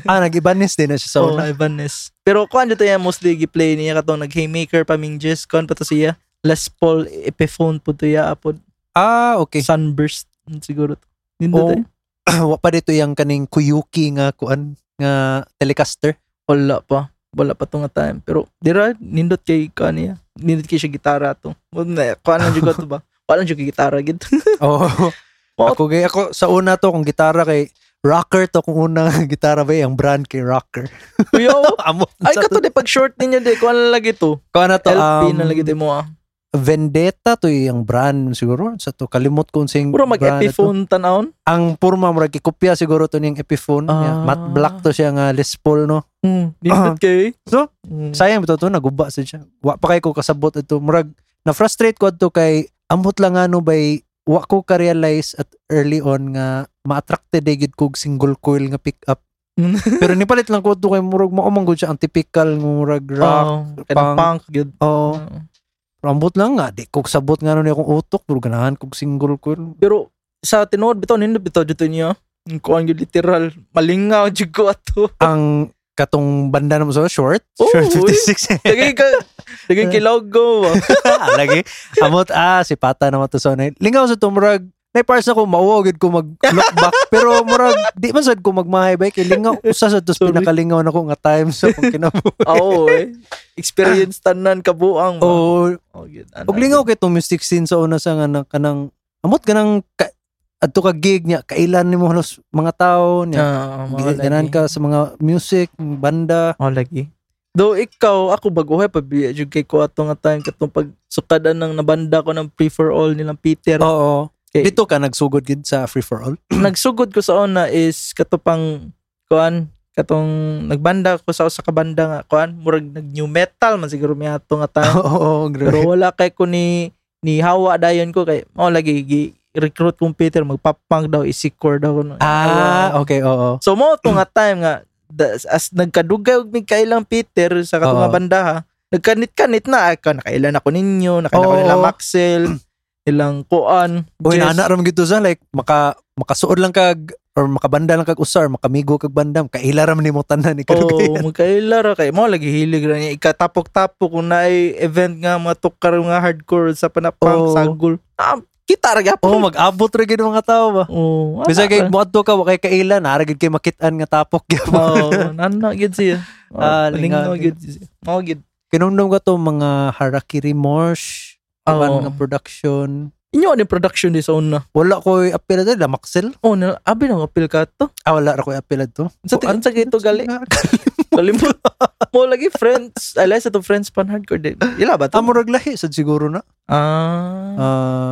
A: Ah, nag-ibanis din na siya sa
B: So,
A: una.
B: Ibanez. Pero kuan dito yan mostly gi-play niya katong nag-haymaker pa ming Jess kuan pa to siya. Les Paul Epiphone po to ya apod.
A: Ah, okay.
B: Sunburst mm, siguro. to. Yun
A: Oh.
B: dito. eh.
A: Wa pa dito yung kaning Kuyuki nga kuan nga Telecaster.
B: Wala pa. Wala pa to nga time. Pero dira nindot kay kaniya. Nindot kay siya gitara to. Wala kuan lang jud ko to ba. Wala jud kay gitara gid.
A: Oo.
B: Oh.
A: Ako gay ako sa una to kung gitara kay Rocker to kung una nga gitara ba eh, ang brand kay Rocker.
B: Kuya. oh.
A: Amo.
B: Ay
A: sa
B: kato de pag short ninyo de kuan lang lagi to.
A: Kuan na to um,
B: LP na lagi de mo ah.
A: Vendetta to yung brand siguro sa to kalimot ko unsing
B: Puro mag
A: brand na to.
B: Epiphone tanawon.
A: Ang purma murag kopya siguro to ning Epiphone. Yeah,
B: Ah.
A: Matte black to siya nga Les Paul no.
B: Mm, nindot kay.
A: Hmm. Ah. So,
B: Mm.
A: Sayang bitaw to naguba sa siya. Wa pa kay ko kasabot ito. Murag na frustrate ko adto kay ambot lang ano bay wa ko ka realize at early on nga ma-attracted eh, gid kog single coil nga pick up.
B: Mm.
A: Pero nipalit lang ko to kay murag mao man gud siya ang typical nga murag rock.
B: Oh,
A: punk. Oh.
B: kanang punk gid.
A: Oo. Pero ambot lang nga di ko sabot nga ano ni akong utok pero ganahan kog single coil.
B: Pero sa tinuod bitaw nindot bitaw dito niya. Ang kuan gid literal malingaw jud ko ato.
A: Ang katong banda naman sa short,
B: Oh,
A: short
B: uy.
A: 56.
B: Dagay ka. Dagay kay logo. ah.
A: Ah, lagi. Amot ah si Pata naman to sonay. Lingaw sa tumurag. Nay parts ako mauwagid ko mag look back pero murag di man sad ko magmahay ba kay lingaw usa sa tos
B: Sorry.
A: pinakalingaw nako nga time sa pag kinabuhi.
B: Oo eh. Experience tanan kabuang. ba?
A: Oo.
B: Oh, yun. Ano,
A: Ug lingaw kay tong music scene sa una sa nga na- kanang amot kanang ka, adto ka gig niya kailan nimo halos mga tao niya.
B: Ah, mga
A: Gi- Ganahan
B: lagi.
A: ka sa mga music, banda.
B: Oh, lagi. Though ikaw, ako baguhay pa biya jud kay ko ato nga time katong pag sukadan ng nabanda ko ng free for all nilang Peter.
A: Oo.
B: Okay.
A: Dito ka nagsugod gid sa free for all.
B: Nagsugod ko sa una is katopang kuan katong nagbanda ko sa usa ka banda nga kuan murag nag new metal man siguro mi ato nga time.
A: Oo, grabe.
B: Pero wala kay ko ni ni hawa dayon ko kay mao lagi gi recruit kong Peter magpapang daw isikor daw ko.
A: Ah, okay, oo.
B: So mo to nga time nga da- as nagkadugay og mig kailang Peter sa katong nga
A: Oo.
B: banda ha. Nagkanit-kanit na ako nakailan ako ninyo, nakailan ko
A: Oo.
B: nila Maxel, ilang kuan.
A: Uy,
B: Jess.
A: nana ram gito sa like maka makasuod lang kag or makabanda lang kag usar, makamigo kag bandam, kaila ram nimo tanan ni
B: Oo,
A: kadugay.
B: oh, magkaila ra kay mo lagi hilig ra niya ikatapok-tapok kun naay event nga mga tukar nga hardcore sa panapang
A: Oo.
B: sagol. Ah, kita
A: Oh,
B: ra gyapon.
A: mag-abot ra gid mga tao ba.
B: Oo. Oh, wala
A: Bisa kay
B: ra.
A: moadto ka wa kay kaila, nara gid kay makitaan nga tapok gyapon.
B: Oo, nana gid siya. Oo,
A: Ah,
B: lingaw
A: lingaw
B: gid siya. Mao gid.
A: Kinumdum ka to mga Harakiri Morsh,
B: Oo.
A: oh. nga production.
B: Inyo ni production di sa una.
A: Wala ko apil dali Maxel.
B: Oh, na, abi na appeal ka to.
A: Ah, wala ra ko apil to.
B: Sa tingin sa gito gali. Kalimut. Mo lagi friends. Alay sa to friends pan hardcore din. Ila ba to?
A: Amo rag Ah, lahi sad siguro na.
B: Ah.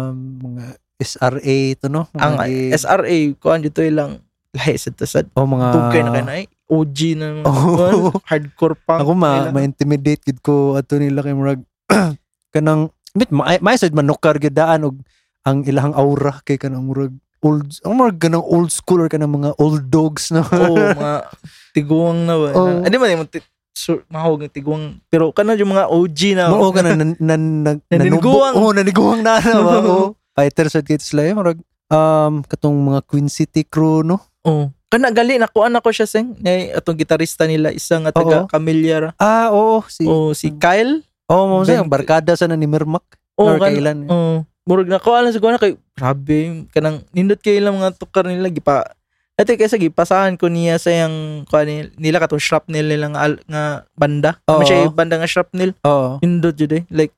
A: Um, mga SRA to no. Mga
B: ang
A: gi-
B: SRA kuan dito ilang lahi sa to sad.
A: oh, mga
B: Tugkay na kay na eh. OG na mga
A: Oh.
B: kuwan, hardcore punk.
A: Ako ma,
B: Ilang-
A: ma-intimidate gid ko ato nila kay murag kanang bit ma may sad manukar gyud daan og ang ilang aura kay kanang murag old ang murag kanang old school or kanang mga old dogs na.
B: Oo, mga tiguang na ba.
A: Oh.
B: Hindi man yung ti- sur- mahawag ng tiguang. Pero kanan yung mga OG na.
A: Mao ka na nan, nan, nan,
B: Naniniguang.
A: Oh, naniguang na na ba? Oo. Fighter sad kay sila eh, murag um katong mga Queen City crew no.
B: Oh. Kana gali na kuan ako siya sing. Nay atong gitarista nila isang nga taga
A: Oo.
B: Camilyara.
A: Ah, oo si Oh,
B: Oh, si Kyle.
A: mao
B: Ben-
A: ang barkada sa na ni Mermak. or
B: Oh, kan-
A: kailan. eh.
B: Oo. murag na ko alam sa kuha na kay grabe kanang nindot kay ilang mga tukar nila gipa Ate kaysa gipasahan ko niya sa yang kuha ni- nila katong shrapnel nila nga, al- nga banda.
A: Oo.
B: Ano siya yung banda nga shrapnel?
A: Oo.
B: Nindot jud eh. Like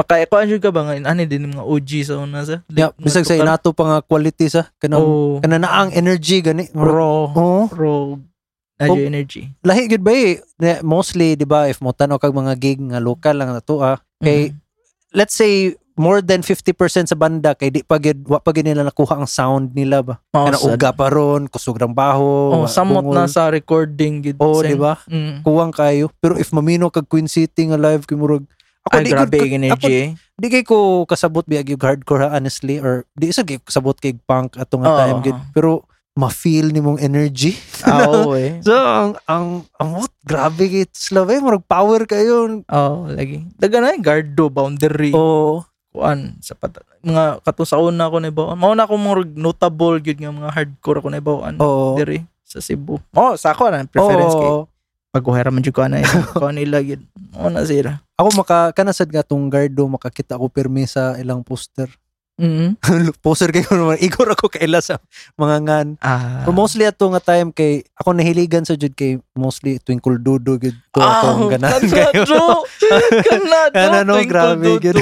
B: maka kuan jud ka ba nga ano din mga OG sa una sa.
A: Yeah, bisag sa inato pa nga quality sa kanang
B: Oh,
A: kana na ang energy gani. Murag,
B: raw,
A: oh.
B: raw
A: Oh.
B: Nadyo energy.
A: lahi gud ba eh. Na- mostly di ba if mo tanaw kag mga gig nga local lang na to ah. Kay
B: Mm.
A: let's say more than 50% sa banda kay di pa gid wa pa gid nila nakuha ang sound nila ba.
B: Mao
A: Kana
B: Oh, sad.
A: uga pa ron, kusog ng baho. wa-
B: Oh, Mm-hmm. samot
A: bungol.
B: na sa recording gid.
A: Oo, di
B: Sing-
A: ba?
B: Mm.
A: Kuwang kayo. Pero if mamino kag Queen City nga live kay murag ako
B: Ay,
A: di
B: grabe
A: gud-
B: yung energy. eh.
A: di kay ko kasabot biya gyud hardcore ha, honestly or di isa gyud kasabot kay punk ato nga
B: Oo.
A: time gyud pero ma-feel nimong energy
B: Ah, Oo, eh.
A: so ang ang ang what grabe kay Slave murag power kayo
B: Oo, lagi. Daga na yung gardo, boundary.
A: oh
B: kuan sa pat- mga kato sa una ko na bawaan. Mao na ako mga notable gyud nga mga hardcore ako na bawaan
A: oh
B: diri sa Cebu. Oh, sa ako na preference kay pagkuhera man jud ko na ko nila gyud. Mao na sira.
A: ako maka kanasad nga tong gardo makakita ko permi sa ilang poster Mm-hmm.
B: Mhm.
A: poster kayo naman igor ako kaila sa mga ngan
B: Ah.
A: Pero mostly ato nga time kay ako nahiligan sa jud kay mostly twinkle dudo gid ko
B: Ah,
A: ako ang ganahan kayo
B: Kanado.
A: Kana, Ano, no, grabe, gyud.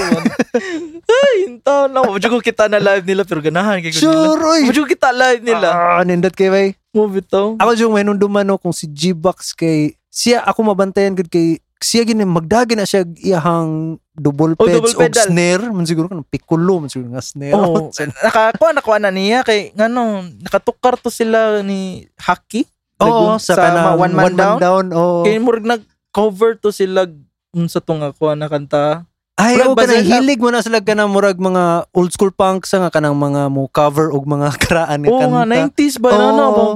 B: Ay, hintaw na. Medyo ko kita na live nila pero ganahan kay ko nila.
A: sure oy
B: Medyo ko kita live nila.
A: ah, nindot kay bay
B: Move it to.
A: Ako yung may nung dumano kung si G-Box kay siya ako mabantayan gud kay siya gini magdagi na siya iyahang double
B: Oh,
A: peds
B: double
A: o
B: pedal.
A: snare man siguro kan pikulo man siguro nga snare.
B: Oh, nakakuha na kuha na niya kay ngano nakatukar to sila ni Haki.
A: Oo,
B: Lagun-
A: sa, kanang
B: mga one man down.
A: oo.
B: Kay murag nag-cover to sila unsa tong ako na kanta.
A: Ay,
B: Murag
A: o kanang
B: basal-
A: hilig mo na sila kanang murag mga old school punk sa nga kanang mga mo cover og mga karaan nga
B: Oo nga,
A: kanta.
B: 90s ba ano? na na ba?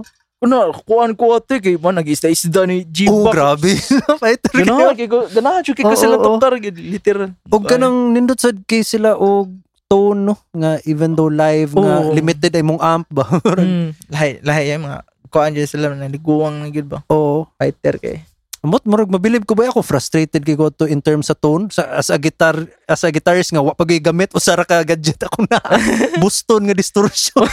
B: Kuno, kuan ko ate kay man nag-isda-isda ni
A: Oh,
B: G-Box.
A: grabe. Fighter
B: Ganahan kay ko, ganahan kay ko
A: Oo,
B: sila
A: oo.
B: tukar gid literal.
A: Og kanang nindot sad kay sila og tone no nga even though live nga
B: Oo.
A: limited ay mong amp ba.
B: Mm, lahi lahi yung mga kuan dyan sila na liguwang na gid ba?
A: Oo.
B: Fighter kay.
A: Amot murag mabilib ko ba ako frustrated kay ko to in terms sa tone sa as a guitar as a guitarist nga wa pagay gamit usara ka gadget ako na buston nga distortion.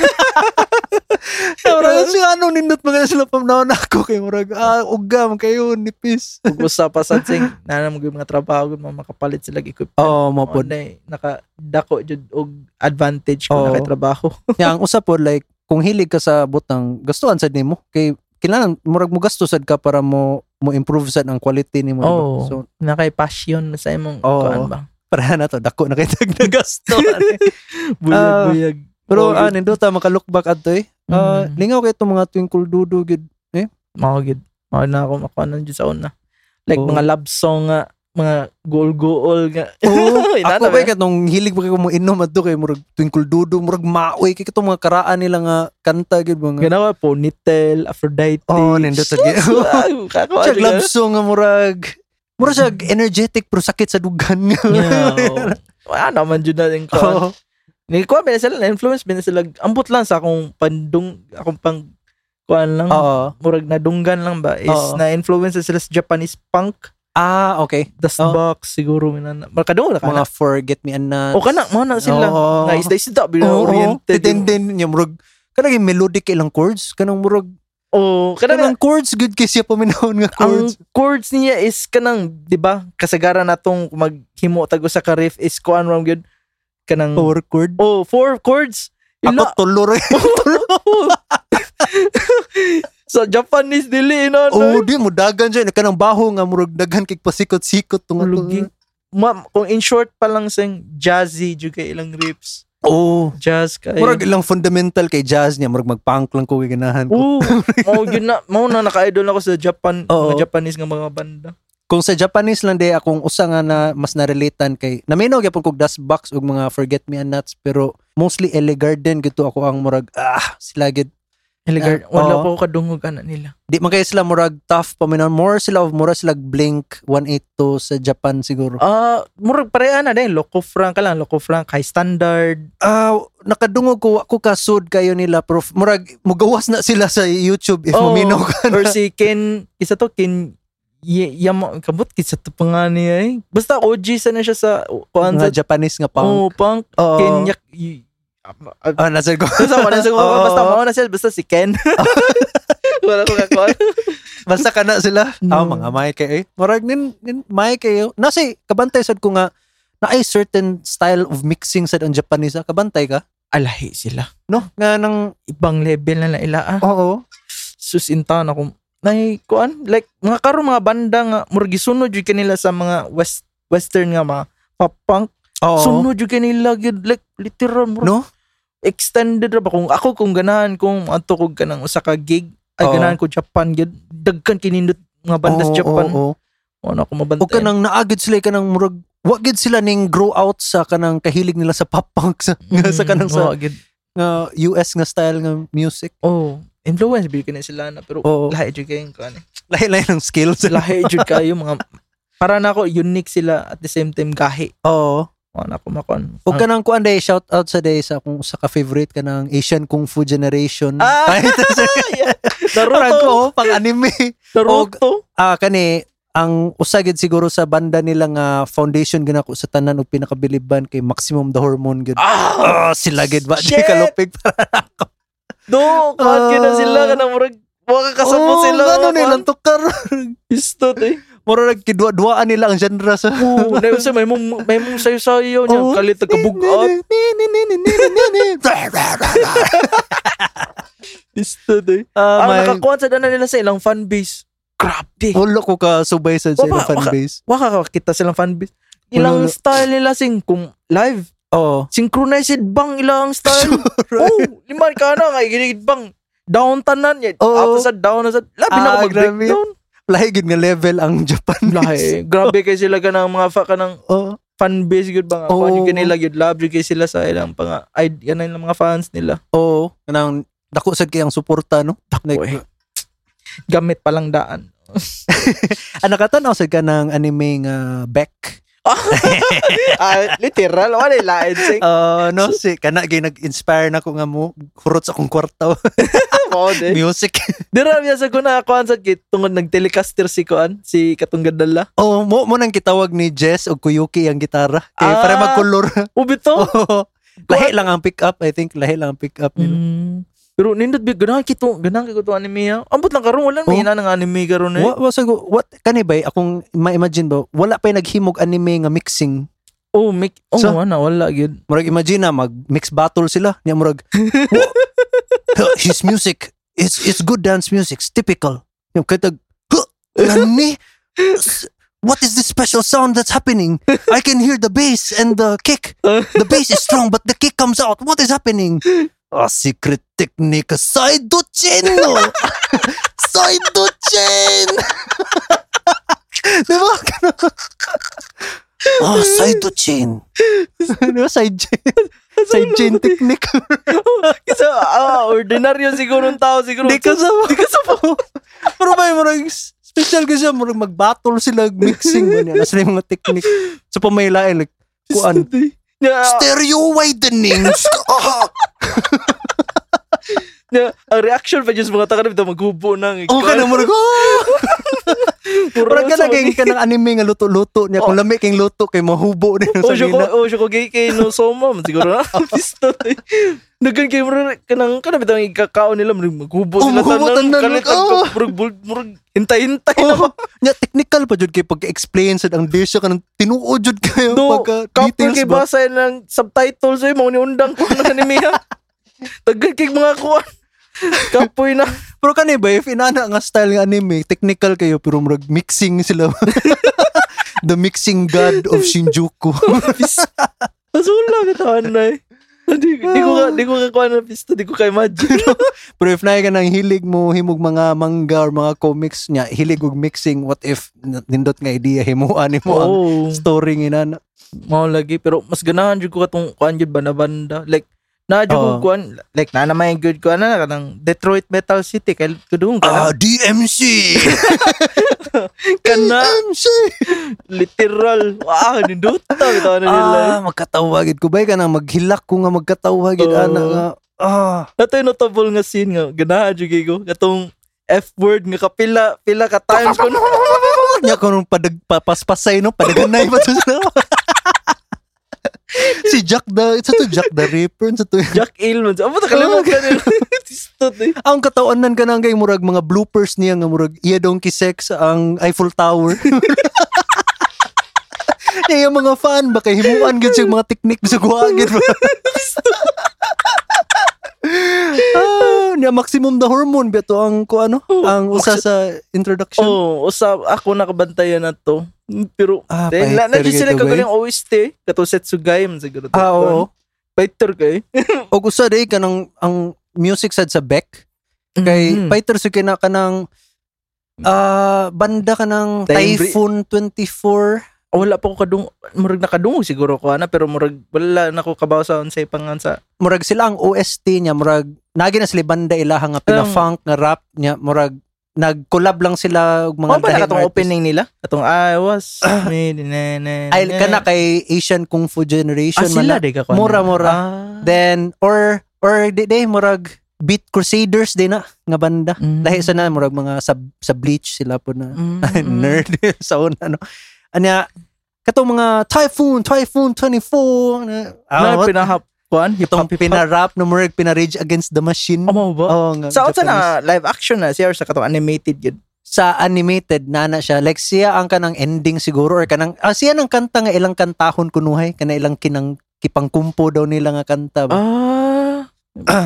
A: Murag si ano nindot mga sila pamnaon ako kay murag ah ugam kayo nipis.
B: Ug usa pa sad sing nanam gyud mga trabaho gyud mga makapalit sila gyud equipment.
A: Oh, mo
B: Mao
A: pod.
B: nay naka dako jud og advantage ko
A: Oo.
B: na kay trabaho.
A: Nya ang usa pod like kung hilig ka sa butang gastuan sad nimo kay kailangan murag mo gasto sad ka para mo mo improve sad ang quality nimo. diba?
B: Oo.
A: So
B: na kay passion na sa imong
A: Oo.
B: kuan ba.
A: para na to dako na kay nagasto.
B: Buyag-buyag.
A: Pero
B: Oo,
A: ah,
B: yun.
A: nindot ta makalook back adto eh. Ah,
B: Mm.
A: lingaw kay itong mga twinkle dudu gid.
B: Mao gid. Mao na ako makuha na jud sa una. Like
A: Oo.
B: mga love song nga mga goal-goal nga.
A: Oo,
B: Inana
A: ako
B: ba
A: ba
B: yan?
A: katong hilig ba ko mo inom adto kay murag twinkle dudu, murag maoy kay itong mga karaan nila nga kanta gid mga.
B: Ganawa ponytail, Aphrodite.
A: Oh, nindot sad gid.
B: ah. Kakuha
A: Siya
B: jud. ah.
A: love song nga murag Mura siya energetic pero sakit sa dugan nga.
B: Yeah. Wala naman dyan na yung kuha.
A: Oo.
B: Ni kuha, bin sila, na-influence, bin sila, ambot lang sa akong pandung, akong pang, kuhaan lang,
A: Oo.
B: murag nadunggan lang ba, is
A: Oo.
B: na-influence na sila sa Japanese punk,
A: Ah, okay.
B: Dustbox, siguro, minan, makadungo na ka na.
A: Mga forget me and
B: O ka na, mga na sila.
A: Oo.
B: Na isda-isda,
A: Oo,
B: oriented.
A: Then, then, niya, murag, kanang yung melodic ilang chords, kanang murag,
B: O, kanang,
A: kanang chords, good kay siya paminahon nga
B: ang
A: chords.
B: chords niya is kanang, di ba, kasagaran na tong maghimo tago sa karif is kuhaan ram yun, kanang,
A: power chord.
B: oh, four chords. Ila-
A: Ako tulo rin.
B: sa Japanese dili na
A: Oo, di mo dagan siya. Kanang baho nga murag daghan kay pasikot-sikot tong
B: Lugi. Ma, kung in short pa lang sing jazzy jud kay ilang riffs.
A: Oo.
B: Jazz kay.
A: Murag ilang fundamental kay jazz niya. Murag magpunk lang ko kay ganahan ko.
B: Oo. Mao oh, yun na, mao na naka-idol ako sa Japan,
A: Oo.
B: mga Japanese nga mga banda.
A: Kung sa Japanese lang di akong usa nga na mas narelatan kay naminaw gyapon kog dust box ug mga forget me and nuts pero mostly LA Garden gito ako ang murag ah sila gid
B: Hiligar,
A: Ah,
B: wala
A: oo.
B: pa ako kadungog ana nila.
A: di man kay sila murag tough paminaw more sila of mura sila blink 182 sa Japan siguro
B: Ah, murag pareha na din Loco Frank ka lang, Loco Frank high standard.
A: ah nakadungog ko ako kasud kayo nila pero f- murag mugawas na sila sa YouTube if
B: Oo.
A: maminaw ka
B: Or
A: na.
B: si Ken, isa to Ken y- Yama, kabot kisa to pa nga niya eh. Basta OG sa na siya sa kuan sa
A: mga Japanese nga punk.
B: Oh, punk.
A: Oo.
B: Ken Yak... y- Ah,
A: Ah, nasa ko.
B: Basta wala sa
A: Oo.
B: basta mao na siya, basta si Ken. wala ko kakuan.
A: Basta ka na sila. Ah,
B: No.
A: mga may kayo eh. Marag nin, nin may kayo. Nasi, kabantay sad ko nga, na ay certain style of mixing sad ang Japanese. ah. Kabantay ka?
B: Alahi sila.
A: No? Nga nang,
B: Ibang level na lang ila. Ah.
A: oo.
B: Susinta na ko. Nay, kuan, like, mga karo mga banda nga, murag gisunod yun kanila sa mga west, western nga mga pop punk.
A: Oo.
B: Sunod yung kanila gyud like literal bro.
A: no?
B: Extended ra ba kung ako kung ganahan kung ato kog kanang usa ka gig ay
A: Oo.
B: ganahan ko Japan gyud dagkan kinindot nga bandas
A: Oo,
B: Japan.
A: oo, oo.
B: Ano ako mabantay.
A: O kanang naagid sila kanang murag wa gid sila ning grow out sa kanang kahilig nila sa pop punk sa, nga sa kanang sa
B: Mm, Oo, gyud.
A: nga US nga style nga music.
B: Oh, influence bigyan ka na sila na pero
A: Oo.
B: lahi jud kayo ko ano.
A: Lahi-lahi ng skills.
B: Lahi jud kayo mga para na ako unique sila at the same time gahi.
A: Oo.
B: Ano ako makon.
A: O kanang kuan day shout out sa day sa kung sa ka favorite kanang Asian Kung Fu Generation.
B: Ah!
A: Kahit sa Parang ko
B: Naruto.
A: oh, pang anime.
B: Naruto.
A: Ah kani ang usagid siguro sa banda nila nga foundation ginako sa tanan og pinakabiliban kay Maximum the Hormone gid. Oh,
B: Ah!
A: sila gid ba di
B: Shit!
A: kalupig
B: Do, kuhan ka na sila ka na murag makakasabot
A: Oo,
B: sila.
A: Ah.
B: oh,
A: Ano nilang tukar.
B: Istot eh.
A: Mura nagkidwa-duaan nila ang genre sa...
B: Oo, na yun sa may mong, may mong sayo-sayo niya.
A: Oo.
B: Kalit nagkabugat. Istot eh.
A: Ah,
B: Ang
A: may- Oh.
B: nakakuha sa dana nila sa ilang fanbase. Grabe.
A: Wala ko ka subay sa
B: Wapa,
A: zero
B: waka-
A: fanbase.
B: Wakakakita silang fanbase.
A: Wala,
B: Ilang
A: wala.
B: style nila sing kung live.
A: Oo.
B: Synchronized bang ilang style. oh, lima ka na. Ay, ginigit bang. Down tanan niya.
A: Oo.
B: After sa down na sa. Labi na
A: Ah,
B: ako mag-breakdown.
A: Lahi gid nga level ang Japanese.
B: Lahi. Grabe kayo sila ka ng mga fa ka ng
A: Oo.
B: fan base good ba nga
A: Oo.
B: oh. yung kanila good love yung kay sila sa ilang pang ay yan ang mga fans nila
A: Oo. Kanang oh. dako sad kay ang suporta no.
B: Uy, gamit palang daan
A: ah, nakatanaw sad ka ng anime nga Beck.
B: ah, literal wala lain sing
A: Oo, Eh, no si kana gay nag-inspire na ko nga mo hurot sa akong kwarto
B: mo de
A: music.
B: dira biya sa kuna kuan sa git tungod nagtelecaster si kuan si Katunggad Dala
A: Oo, mo mo Oh, nang kitawag ni Jess o Kuyuki ang gitara. Kay para
B: Ah. Oh.
A: magkolor.
B: ubi to
A: Oo. Oh. lahi lang ang pick up, I think lahi lang ang pick up nila.
B: Mm. pero nindot bi ganahan kito ganahan kay kuto anime ha ambot lang karon wala
A: Oh.
B: may ina ng anime karon eh
A: Wa, wa sa what kani ba akong ma-imagine ba wala pa naghimog anime nga mixing
B: oh make oh
A: Sa-
B: wala wala gid
A: Murag imagine na mag mix battle sila. Niya murag "Wo- huh, his music it's it's good dance music, it's typical. Yung kitag "Huh, nani? S- What is this special sound that's happening? I can hear the bass and the kick. The bass is strong but the kick comes out. What is happening? A secret technique Saiduchin! Saiduchin! diba? Ah, Saiduchin. Diba sidechain? Sidechain technique.
B: Kasi, ah, ordinaryo siguro ng tao siguro.
A: Di ka sa... Di ka sa Pero may murag special kasi siya. Murag mag-battle sila. Mixing mo niya. Nasa yung mga technique. So pamailain. Like, kuan.
B: Yeah,
A: Stereo widening. Ah,
B: na ang reaction pa dyan sa mga takarib daw maghubo nang
A: Oo ka na murag. ah! Murag ka na kay ka ng anime nga luto-luto niya. Kung
B: Oh.
A: lami kayong luto kay mahubo niya
B: oh
A: sa
B: siya ko
A: gina.
B: oh siya ko gay kay no soma man siguro na pisto eh. nagan kay murag kanang kanang bitang ikakao nila murag maghubo
A: Oh,
B: sila
A: maghubo tanan,
B: kalit ang
A: oh.
B: murag bul- murag hintay-hintay na
A: Oh, nya technical pa jud kay pagka-explain sad ang dish ka nang tinuod jud kayo
B: do
A: pagka
B: kapag
A: details
B: kay
A: ba.
B: basa ng subtitles eh mao ni undang ko ng anime ha tagan kay mga kuan kapoy na
A: Pero kani ba if inana nga style nga anime, technical kayo pero murag mixing sila. The mixing god of Shinjuku.
B: asula ka tahan na Ah. eh di, di ko ka- di ko ka kuan na pisto di ko ka imagine
A: Pero if naay ka ng hilig mo, himog mga manga or mga comics niya, hilig og mixing, what if n- nindot nga idea himuan ni mo ang
B: oh
A: story nga inana.
B: mao lagi pero mas ganahan jud ko katong kuan jud ba na banda like na jud ko
A: Oo.
B: kuan like na naman yung good ko ano na kanang Detroit Metal City kay kudung
A: Ah,
B: ka
A: DMC!
B: kana
A: DMC!
B: literal wow nindot ta bitaw na nila
A: Ah, magkatawagid ko ba ka na maghilak ko nga magkatawagid
B: Oo.
A: ana nga. Ah,
B: nato yung notable nga scene nga ganahan jud gyud ko katong F word nga kapila pila ka times ko na
A: niya ko nung padag, papaspasay no, padaganay pa to sila. si Jack the, sa to Jack the Ripper, sa to.
B: Jack Ilman amo ta kalimutan nila istot eh
A: Ang katawanan ka nang kay murag mga bloopers niya nga murag iya donkey sex ang Eiffel Tower. Niya yung mga fan ba kay himuan gyud sa mga teknik sa guha gyud ba. ah, niya maximum the hormone beto ang ko ano,
B: Oh,
A: ang usa
B: maxi-
A: sa introduction.
B: Oh, usab ako nakabantayan na to. Pero
A: Ah,
B: then na na
A: pahiter
B: jud sila
A: gito,
B: kagaling
A: bay.
B: OST kato Setsugay man siguro.
A: Ah, oo.
B: Fighter kay.
A: Og usa day kanang ang music sad sa Beck kay
B: Mhm.
A: fighter sa kina kanang ah banda kanang
B: Time Bri-
A: Typhoon 24.
B: wala pa ko kadung murag nakadungog siguro ko ana pero murag wala na ko kabaw sa unsay pangansa.
A: Murag sila ang OST niya, murag nagi na sila banda ilaha nga pina-funk nga rap niya, murag nag-collab lang sila og mga
B: Mga ba
A: dahil
B: na katong
A: artist. Ah.
B: opening nila? Katong I was made in an-
A: Ay kana kay Asian Kung Fu Generation
B: Ah,
A: man na-
B: sila de ka
A: Mura, mura.
B: Ah.
A: Then or or di day murag Beat Crusaders din na nga banda.
B: Mm.
A: Lahi sa na murag mga sa sa bleach sila po na
B: Mm, mm.
A: nerd sa una no. Anya katong mga Typhoon, Typhoon 24 na
B: Na
A: ah, what?
B: pinahap kuan hip
A: Itong
B: hop
A: pinarap na murag pinarage against the machine.
B: Amo ba?
A: Oo nga,
B: Oh, Sa unsa
A: Japanese.
B: na live action na siya or sa katong animated gyud.
A: sa animated nana siya like siya ang kanang ending siguro or kanang ah, siya nang kanta nga ilang kantahon kunuhay kana ilang kinang kipangkumpo daw nila nga kanta ba?
B: Ah.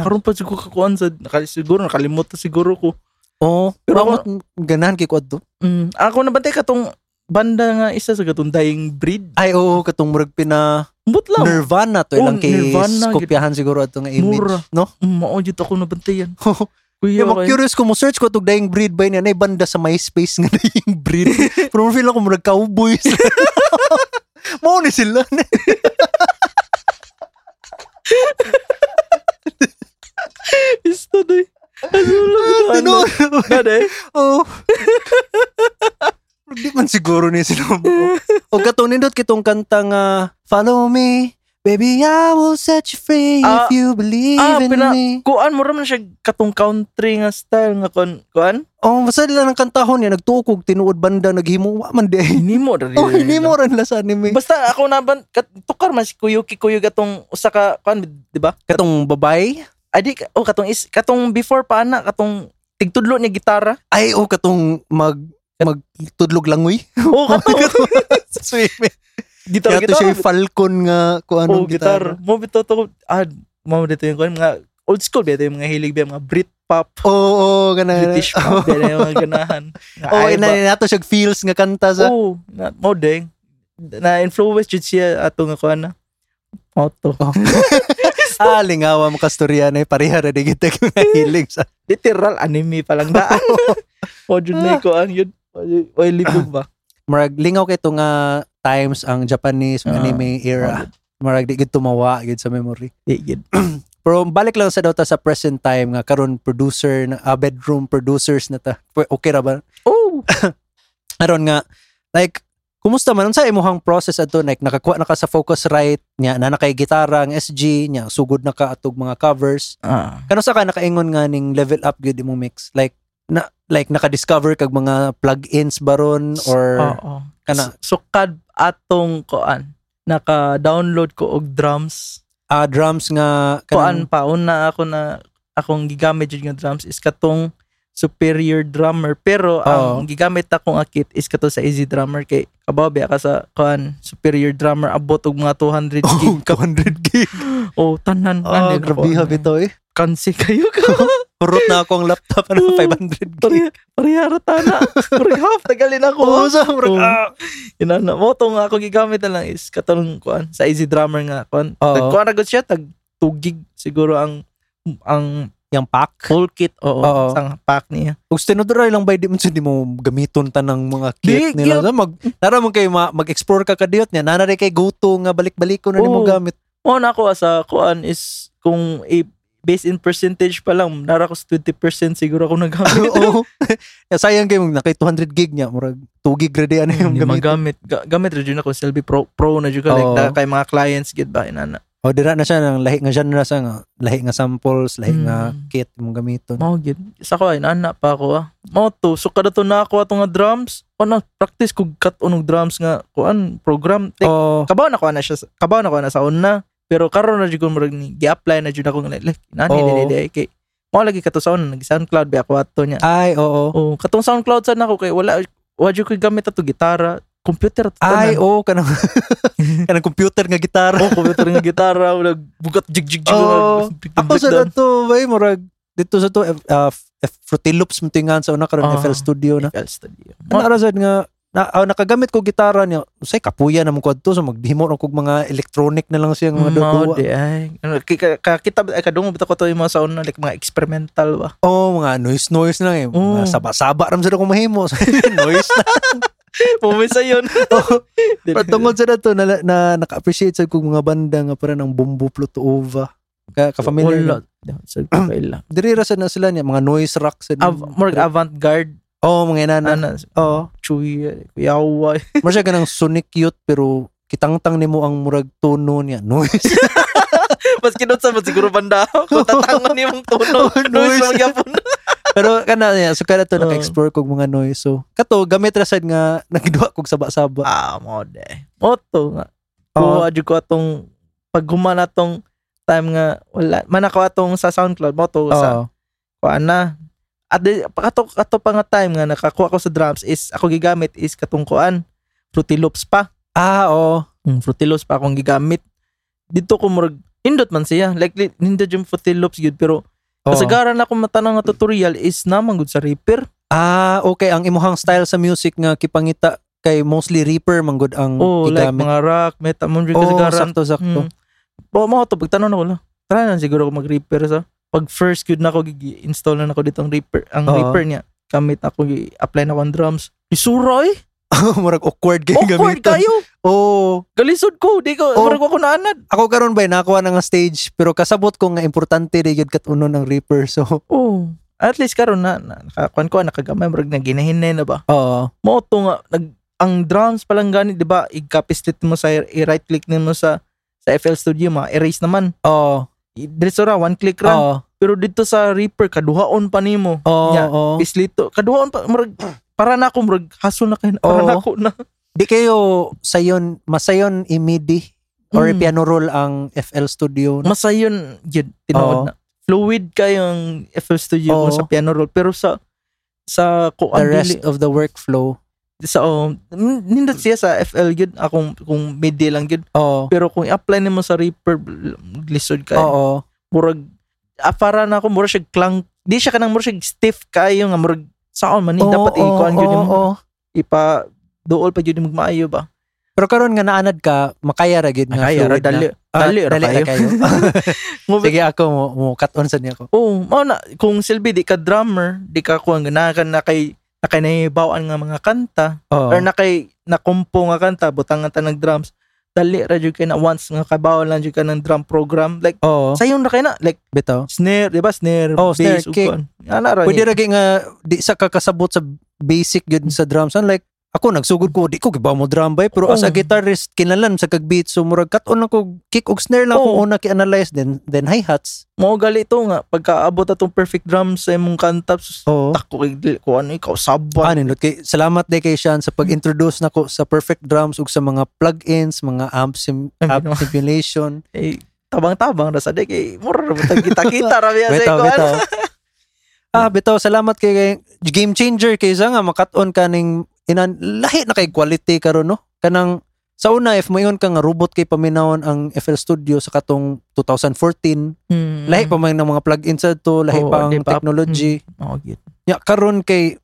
B: Karon pa siguro ka kuan sa nakal- siguro nakalimutan siguro ko.
A: Oo.
B: Ah, oh. Pero
A: Pero ako, ganahan kay Kwaddo.
B: Mm. Ako nabantay katong banda nga isa sa katong dying breed.
A: Ay, oo, katong murag pina
B: Ambot lang.
A: Nirvana to.
B: Oo,
A: Ilang kay
B: Oh, Nirvana,
A: kopyahan siguro ato nga image.
B: Mura.
A: No?
B: Mm, Mao jud ako nabantayan.
A: Yeah,
B: Kuya
A: okay.
B: kay.
A: curious ko mo search ko tog Dying Breed ba niya na banda sa MySpace nga Dying Breed. Pero feel ako murag cowboys. Mao ni sila.
B: Isto day.
A: Ah,
B: ano.
A: Tinood.
B: Dade.
A: Ano? Oh. Di man siguro ni sila mo. O katong nindot kitong kanta nga Follow me, baby I will set you free
B: Ah,
A: if you believe
B: ah,
A: in
B: pina-
A: me.
B: Kuan mo na siya katong country nga style nga kon kuan.
A: Oh, basta nila ng kantahon niya, nagtukog, tinuod banda, naghimo, wa man di.
B: Nimo ra
A: Oh, hindi mo rin la sa anime.
B: Basta ako naban kat, tukar man si Kuyuki Kuyuga tong usa ka kuan di ba?
A: Katong babay?
B: Adi ka- oh katong is katong before pa ana katong tigtudlo niya gitara.
A: Ay, oh, katong mag magtudlog langoy.
B: Oh katong
A: Swimming.
B: gitara
A: Kaya to siya
B: gitara.
A: yung falcon nga kung
B: Oh
A: anong
B: gitara.
A: gitar.
B: Mo bitaw to ah mo dito yung kuan mga old school ba ito yung mga hilig ba mga Brit pop,
A: Oo, oh, oh, ganun.
B: British pop, ba yung mga ganahan.
A: Oh,
B: Ay,
A: ina
B: ba-
A: nato siya feels nga kanta sa
B: Oh, na mo deng. Na influence jud siya ato nga kuan na. Auto. Oh,
A: ah, lingawa mo kastoryana eh. Pareha na di kita hilig sa.
B: Literal anime pa lang daan. Mo jud na kuan yun. Oy libog ba?
A: Marag lingaw kay itong nga times ang Japanese
B: Ah,
A: anime era. Marag di gid tumawa gid sa memory.
B: Di gid.
A: Pero balik lang sa dota sa present time nga karon producer na ah, bedroom producers na ta. Pwe- Okay ra ba?
B: Oh,
A: Aron nga like kumusta man sa imong process ato like nakakuha na ka sa Focusrite nya na nakay gitara ang SG nya sugod na ka atog mga covers.
B: ah.
A: Kano sa ka nakaingon nga ning level up gyud imong mix? Like na like naka-discover kag mga plugins baron or
B: Oo.
A: kana
B: Su- sukad atong koan naka-download ko og drums.
A: ah, drums nga
B: Koan pa una ako na akong gigamit jud nga drums is katong superior drummer pero ang gigamit akong akit is kato sa easy drummer kay kabaw biya ka sa koan superior drummer abot og mga 200 gig
A: oh, 200 gig.
B: oh tanan
A: Ah,
B: tanan din ako.
A: grabe ha bito eh.
B: kansi kayo ka
A: Hurot na ako ang laptop ano 500 gig.
B: pare parehara tana pare half tagalin ako
A: Oo, sa murag,
B: Oo.
A: ah.
B: Yun ano, mo tong ako gigamit na lang is katulong kuan sa easy drummer nga kuan.
A: Oo.
B: Tag kuan ra gud siya tag 2 gig siguro ang ang
A: Yang pack.
B: full kit oo
A: Oo.
B: sang pack niya.
A: Kung tinuduray lang by di mo di mo gamiton ta ng mga kit
B: Di,
A: nila. Sa
B: gyud.
A: mag tara mo kay ma, mag-explore ka kadiot niya. Nana rin kay guto nga balik-baliko na ni mo
B: Oo.
A: gamit.
B: Mo na ako sa kuan is kung i based in percentage pa lang nara ko sa 20% siguro ako nagamit.
A: Oo. Yeah, sayang kay mo nakay 200 gig niya murag 2 gig ready ano yung
B: Hindi
A: gamit.
B: magamit. Ga- gamit ra jud ako Selby Pro Pro na jud ka like
A: Oo.
B: na kay mga clients gid ba inana.
A: O dira na siya ng lahi nga genre sa nga lahi nga samples, lahi nga
B: Mm.
A: kit mo gamiton.
B: Mao gid. Sa ko inana pa ako ah. Mao to so kada to na ako ato nga drums. Ano practice kog cut unog drums nga kuan program Take
A: Oo.
B: kabaw na ko na siya sa- kabaw na ko na sa una pero karon na jud ko murag ni gi-apply na jud ako nga like nani
A: Oo.
B: oh. dili kay mo lagi kato sa una nag SoundCloud ba ako ato niya
A: Ay, oo.
B: oh katong SoundCloud sad nako kay wala wa jud ko gamit ato gitara computer
A: Ay, oo, kanang kanang computer nga gitara.
B: oh, computer nga gitara nag bugat jig jig jig.
A: Oo.
B: nag-
A: Ako sa
B: breakdown.
A: nato, bay, murag, dito sa to, F- uh, F- F- Fruity Loops mo tingan sa una karon
B: Ah.
A: FL Studio na.
B: FL studio.
A: Ano ara sad nga, na, ah, nakagamit ko gitara niya, usay kapuya na mong kwadto, so magdimo na kog mga electronic na lang siya, mga dodua.
B: Mao di ay. Ano, kika- kakita ay kadungog bitaw ko to yung mga sound na like mga experimental ba.
A: Oo, mga noise-noise lang eh.
B: Oo.
A: Mga saba-saba ram sila kumahimo. noise na.
B: Pumisa yun.
A: Pero tungod sa nato, na, na, naka-appreciate sa kong mga banda nga para ng Bumbu Plutuova. Ka,
B: Wala.
A: ka-familiar.
B: Sa kaila.
A: Dirira sa na sila niya, mga noise rock sa
B: Av- more avant-garde.
A: Oo, mga inana.
B: Ano,
A: Mm. Ah, Oo.
B: Chuy, Yawa.
A: Mara siya ganang sonic cute pero kitangtang ni mo ang murag tono niya. Noise.
B: Mas kinot sa mo siguro banda ako. Tatangan ni mong tono.
A: Oh,
B: Noise
A: noise.
B: lang yapon.
A: pero kana niya, so kana to
B: Oo.
A: naka-explore kog mga noise. So, kato, gamit ra sad nga nagduwa kog saba-saba.
B: Ah, mo de. Oto nga.
A: Oo.
B: Kuha jud ko atong pag huma na tong time nga wala man ako atong sa SoundCloud mo to
A: Oo.
B: sa kuha na. At the, ato ato pa nga time nga nakakuha ko sa drums is ako gigamit is katong kuan Fruity Loops pa.
A: Ah, oo.
B: Mm, Fruity Loops pa akong gigamit. Dito ko murag nindot man siya. Like li- nindot yung Fruity Loops yun pero
A: Oo.
B: Kasagaran ako matanang nga tutorial is naman good sa Reaper.
A: Ah, okay. Ang imuhang style sa music nga kipangita kay mostly Reaper man gud ang
B: Oh, like
A: gigamit.
B: mga rock, metal, mo rin
A: Oo,
B: kasagaran.
A: sakto sakto.
B: Mm. Bawa mo ako to, pagtanong na ko lang. Try na siguro ako mag-Reaper sa. Pag first good na ako, install na ako dito ang Reaper, ang
A: Oo.
B: Reaper niya. Gamit ako, apply na ako ang drums. Isura eh!
A: Murag awkward kay
B: Awkward eh.
A: gamitan. Oh.
B: kayo!
A: Oo.
B: Galisod ko, di ko,
A: Oo.
B: murag ako naanad.
A: Ako karon bay nakuha na nga stage pero kasabot ko nga importante ra gyud katunon ang Reaper. So,
B: Oh. At least karon na, na nakakuan ko, nakagamay, murag naginahinay na ba?
A: oo.
B: mo to nga nag ang drums pa lang gani 'di ba i-copy-slit mo sa i-right click nimo sa sa FL Studio ma erase naman
A: Oo.
B: I- diretso ra one click ra
A: Oo.
B: pero dito sa Reaper kaduhaon pa nimo
A: Oo.
B: Yeah.
A: oo.
B: islito kaduhaon pa murag para na ako murag haso na kayo para
A: Oo.
B: na ako na
A: Di kayo sayon masayon i MIDI or
B: Mm.
A: piano roll ang FL Studio.
B: masayon yun tinood
A: Oo.
B: na fluid kayong FL Studio kung
A: Oo.
B: sa piano roll pero sa sa ko
A: The rest of the workflow.
B: sa um, n- nindot siya sa FL yun akong kung midi lang yun
A: Oo.
B: pero kung i-apply nimo sa Reaper lisod kayo
A: Oo.
B: murag ah, para na ako murag siya clang di siya kanang murag siya stiff kayo nga murag saon man ni dapat
A: Oo,
B: ikuan gyud
A: oo,
B: yung
A: oo.
B: ipa dool pa gyud yung magmaayo ba
A: Pero karon nga naanad ka, makaya ra gyud nga.
B: kaya ra
A: fluid na.
B: dali
A: Ah,
B: dali ra
A: ra
B: kayo
A: Sige ako mo, mo cut on sa niya ko.
B: oh mao na kung silbi di ka drummer di ka kuan nga na, na kay na kay nahibawan nga mga kanta
A: Oh.
B: or na kay nakumpo nga kanta butang nga tanang drums dali ra jud kay na once nga kabaw lang jud ka ng drum program like
A: Oo.
B: sayon ra kay na like
A: Bitaw.
B: snare di ba snare
A: Oh, snare,
B: bass ug
A: kick.
B: kuan. ana ra
A: Pwede
B: niya.
A: ra gyud nga di sa kakasabot sa basic gyud sa drums. Unlike ako nagsugod ko di ko gibaw mo drum bay pero as a
B: Oo.
A: guitarist kinalan sa kag beat so murag cut on ako kick ug snare lang ko
B: Oo.
A: una ki-analyze then then hi-hats.
B: mo gali to nga pagkaabot atong perfect drum sa imong kanta sus-
A: Oo.
B: tako kay dili ko ano
A: Oh.
B: ikaw
A: Ah,
B: sabon
A: nindot kay salamat day kay Sean sa pag-introduce nako sa perfect drums ug sa mga plugins, mga amp, sim,
B: Ang
A: amp
B: ginawa.
A: simulation.
B: eh, tabang-tabang ra sa di kay mura ra butang kita-kita ra biya sa
A: Bitaw,
B: ikaw ano
A: bitaw. ah, bitaw, salamat kay, kay game changer kaysa nga makat-on ka ning inan lahi na kay quality karon no. Kanang sa una if mayon ka nga robot kay paminawon ang FL Studio sa katong 2014,
B: Mm.
A: lahi pa man ng mga plug-ins sa to, lahi
B: Oo,
A: pa ang
B: di pa-
A: technology.
B: oh git
A: Nya karon kay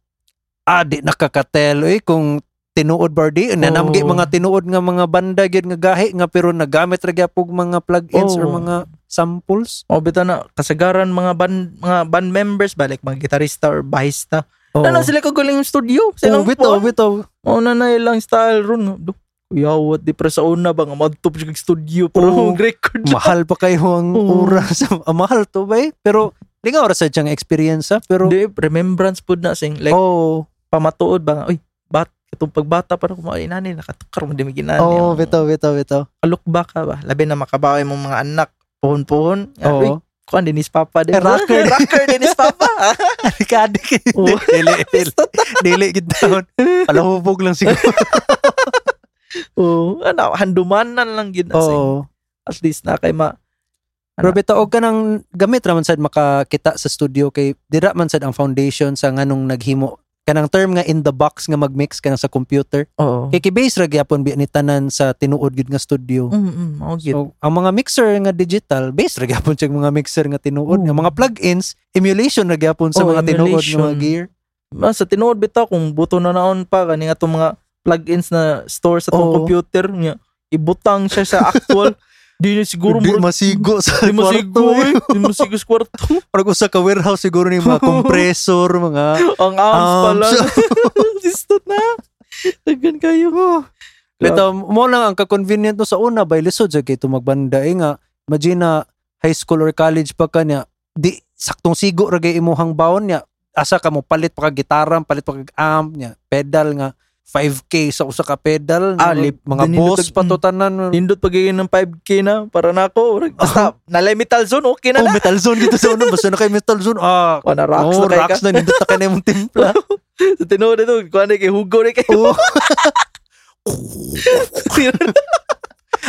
A: adi nakakatel eh kung tinuod ba di na namgi
B: Oo.
A: mga tinuod nga mga banda gyud nga gahi nga pero nagamit ra gyapog mga plugins or
B: Oo.
A: mga samples.
B: oh bitaw na kasagaran mga band mga band members ba like mga gitarista or bahista
A: Oh.
B: na na Ano, sila ko galing studio sa
A: Oh,
B: ilang
A: bitaw,
B: puan.
A: bitaw.
B: oh na na ilang style run do Kuya, what di pre sa una ba nga madtop siya kag studio para
A: Oo.
B: mag-record.
A: Oh, mahal pa kayo ang
B: Oo.
A: oras. Ah, mahal to ba eh? Pero, di nga oras sa siyang experience ah. Pero,
B: Di, remembrance po na sing like
A: oh,
B: pamatuod ba nga, uy, bat, itong pagbata pa ako mga inani, nakatukar mo dimi ginani.
A: oh,
B: Ang
A: bitaw, bitaw, bitaw.
B: Kalukba ka ba? Labi na makabaway mong mga anak, puhon-puhon. Nga, Uy,
A: Oo.
B: kuhan din is papa din.
A: Oh. Eh, rocker.
B: rocker din is papa.
A: Adik-adik.
B: Oo.
A: Dili, dili. Dili, gitdown. Palahubog lang siguro.
B: Oo, ano, handumanan lang gina. sing.
A: Oo.
B: At least na kay ma,
A: Pero
B: Ano?
A: bitaw, og ka ng gamit raman sad makakita sa studio kay dira man sad ang foundation sa nganong naghimo kanang term nga in the box nga magmix ka na sa computer.
B: Oo.
A: Kay kibase ra gyapon bi ni tanan sa tinuod gid nga studio.
B: Mm, mm, oo, gid.
A: So, ang mga mixer nga digital, based ra gyapon sa mga mixer nga tinuod,
B: Oo.
A: nga mga plugins, emulation ra gyapon sa
B: Oo,
A: mga tinuod nga mga
B: Mm. Oh, emulation.
A: gear.
B: Ah, sa tinuod bitaw kung buto na naon pa kani nga tong mga plugins na store sa tong
A: Oo.
B: computer niya ibutang siya sa actual di niya siguro
A: Di
B: murag-
A: masigo sa
B: di
A: kwarto.
B: masigo eh. di masigo sa kwarto
A: Parang usa ka warehouse siguro ni mga compressor, mga
B: ang arms
A: Um,
B: pala
A: so-
B: distot na tagan kayo
A: Oh. Pero mo lang ang ka-convenient no sa una by lisod sa kay magbanda eh nga imagine na high school or college pa ka niya di saktong sigo ra gay imuhang baon niya asa ka mo palit pa ka gitara palit pa ka amp niya pedal nga 5k sa usa ka pedal
B: Ah,
A: mga-
B: lip.
A: mga
B: Dinilutag-
A: boss pa to tanan
B: nindot pagiging ng 5k na para na ako murag, basta nalay metal zone okay na
A: Oh,
B: na
A: metal zone dito sa una. Basta na kay metal zone. Ah,
B: Wala, rocks
A: oh,
B: na kay
A: rocks na. Nindot na ka na yung timpla.
B: Sa tinuod na to kuha na kay hugo na kay
A: Oh.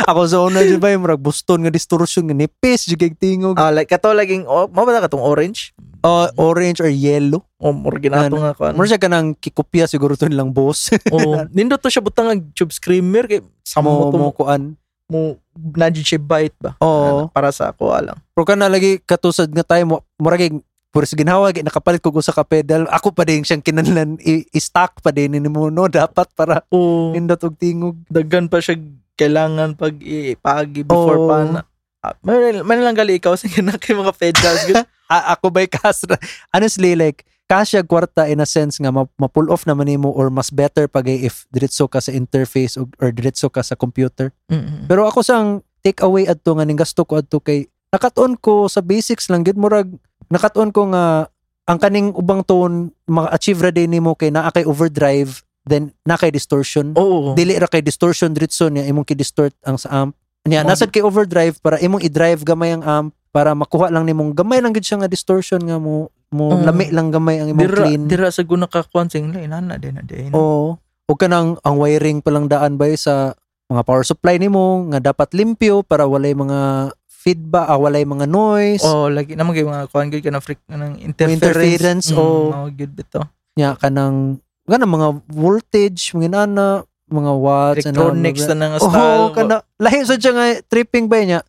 A: Ako sa una, di ba? Yung marag buston nga distortion nga nipis. Jigag tingog.
B: ah like kato laging oh, mabala ka tong orange
A: Ah, orange or yellow.
B: oh murag ginato nga kuha
A: Mara siya ka ng kikopya siguro to nilang boss.
B: Oh, nindot to siya butang ang tube screamer kay sa
A: mo,
B: mo to
A: mo kuan.
B: mo nandiyan siya bite ba?
A: Oo.
B: Ano, Para sa ako lang.
A: Pero ka na lagi katusad nga tayo mo murag puro sa ginhawa kay nakapalit ko ko sa kapedal. Ako pa din siyang kinanlan i-stack pa din ni mo no dapat para
B: Oh,
A: nindot og tingog.
B: dagan pa siya kailangan pag ipagi before
A: Oo.
B: pa na. Ah, man, man lang gali ikaw sa kinakay mga pedals.
A: A- ako ba'y kasra? Honestly like kasya kwarta in a sense nga ma- ma-pull off naman nimo or mas better pag if diretso ka sa interface or, or diretso ka sa computer.
B: Mm-mm.
A: Pero ako sang take away adto nga ning gasto ko adto kay nakat-on ko sa basics lang gid murag nakat-on ko nga ang kaning ubang tone maka-achieve ra din nimo kay naa kay overdrive then na kay distortion.
B: Oo.
A: Dili ra kay distortion diretso niya imong ki-distort ang sa amp. Niya
B: Mao-
A: nasad kay overdrive para imong i-drive gamay ang amp para makuha lang nimong gamay lang gid siya nga distortion nga mo mo
B: Mm.
A: lami lang gamay ang imong
B: Dira,
A: clean.
B: dira sa guna ka kuan sing lain ana din na din.
A: Oo. O kanang ang wiring palang daan ba yun sa mga power supply nimo nga dapat limpyo para walay mga feedback, ah, walay mga noise.
B: Oh, lagi naman kay mga kuan gyud ka na freak ng interference.
A: interference, oo.
B: mga good bitaw.
A: Nya kanang kanang mga voltage, mga inana, mga watts
B: Electronics
A: ano,
B: na nga
A: Oh,
B: style.
A: kana lahi sa siya nga tripping ba niya.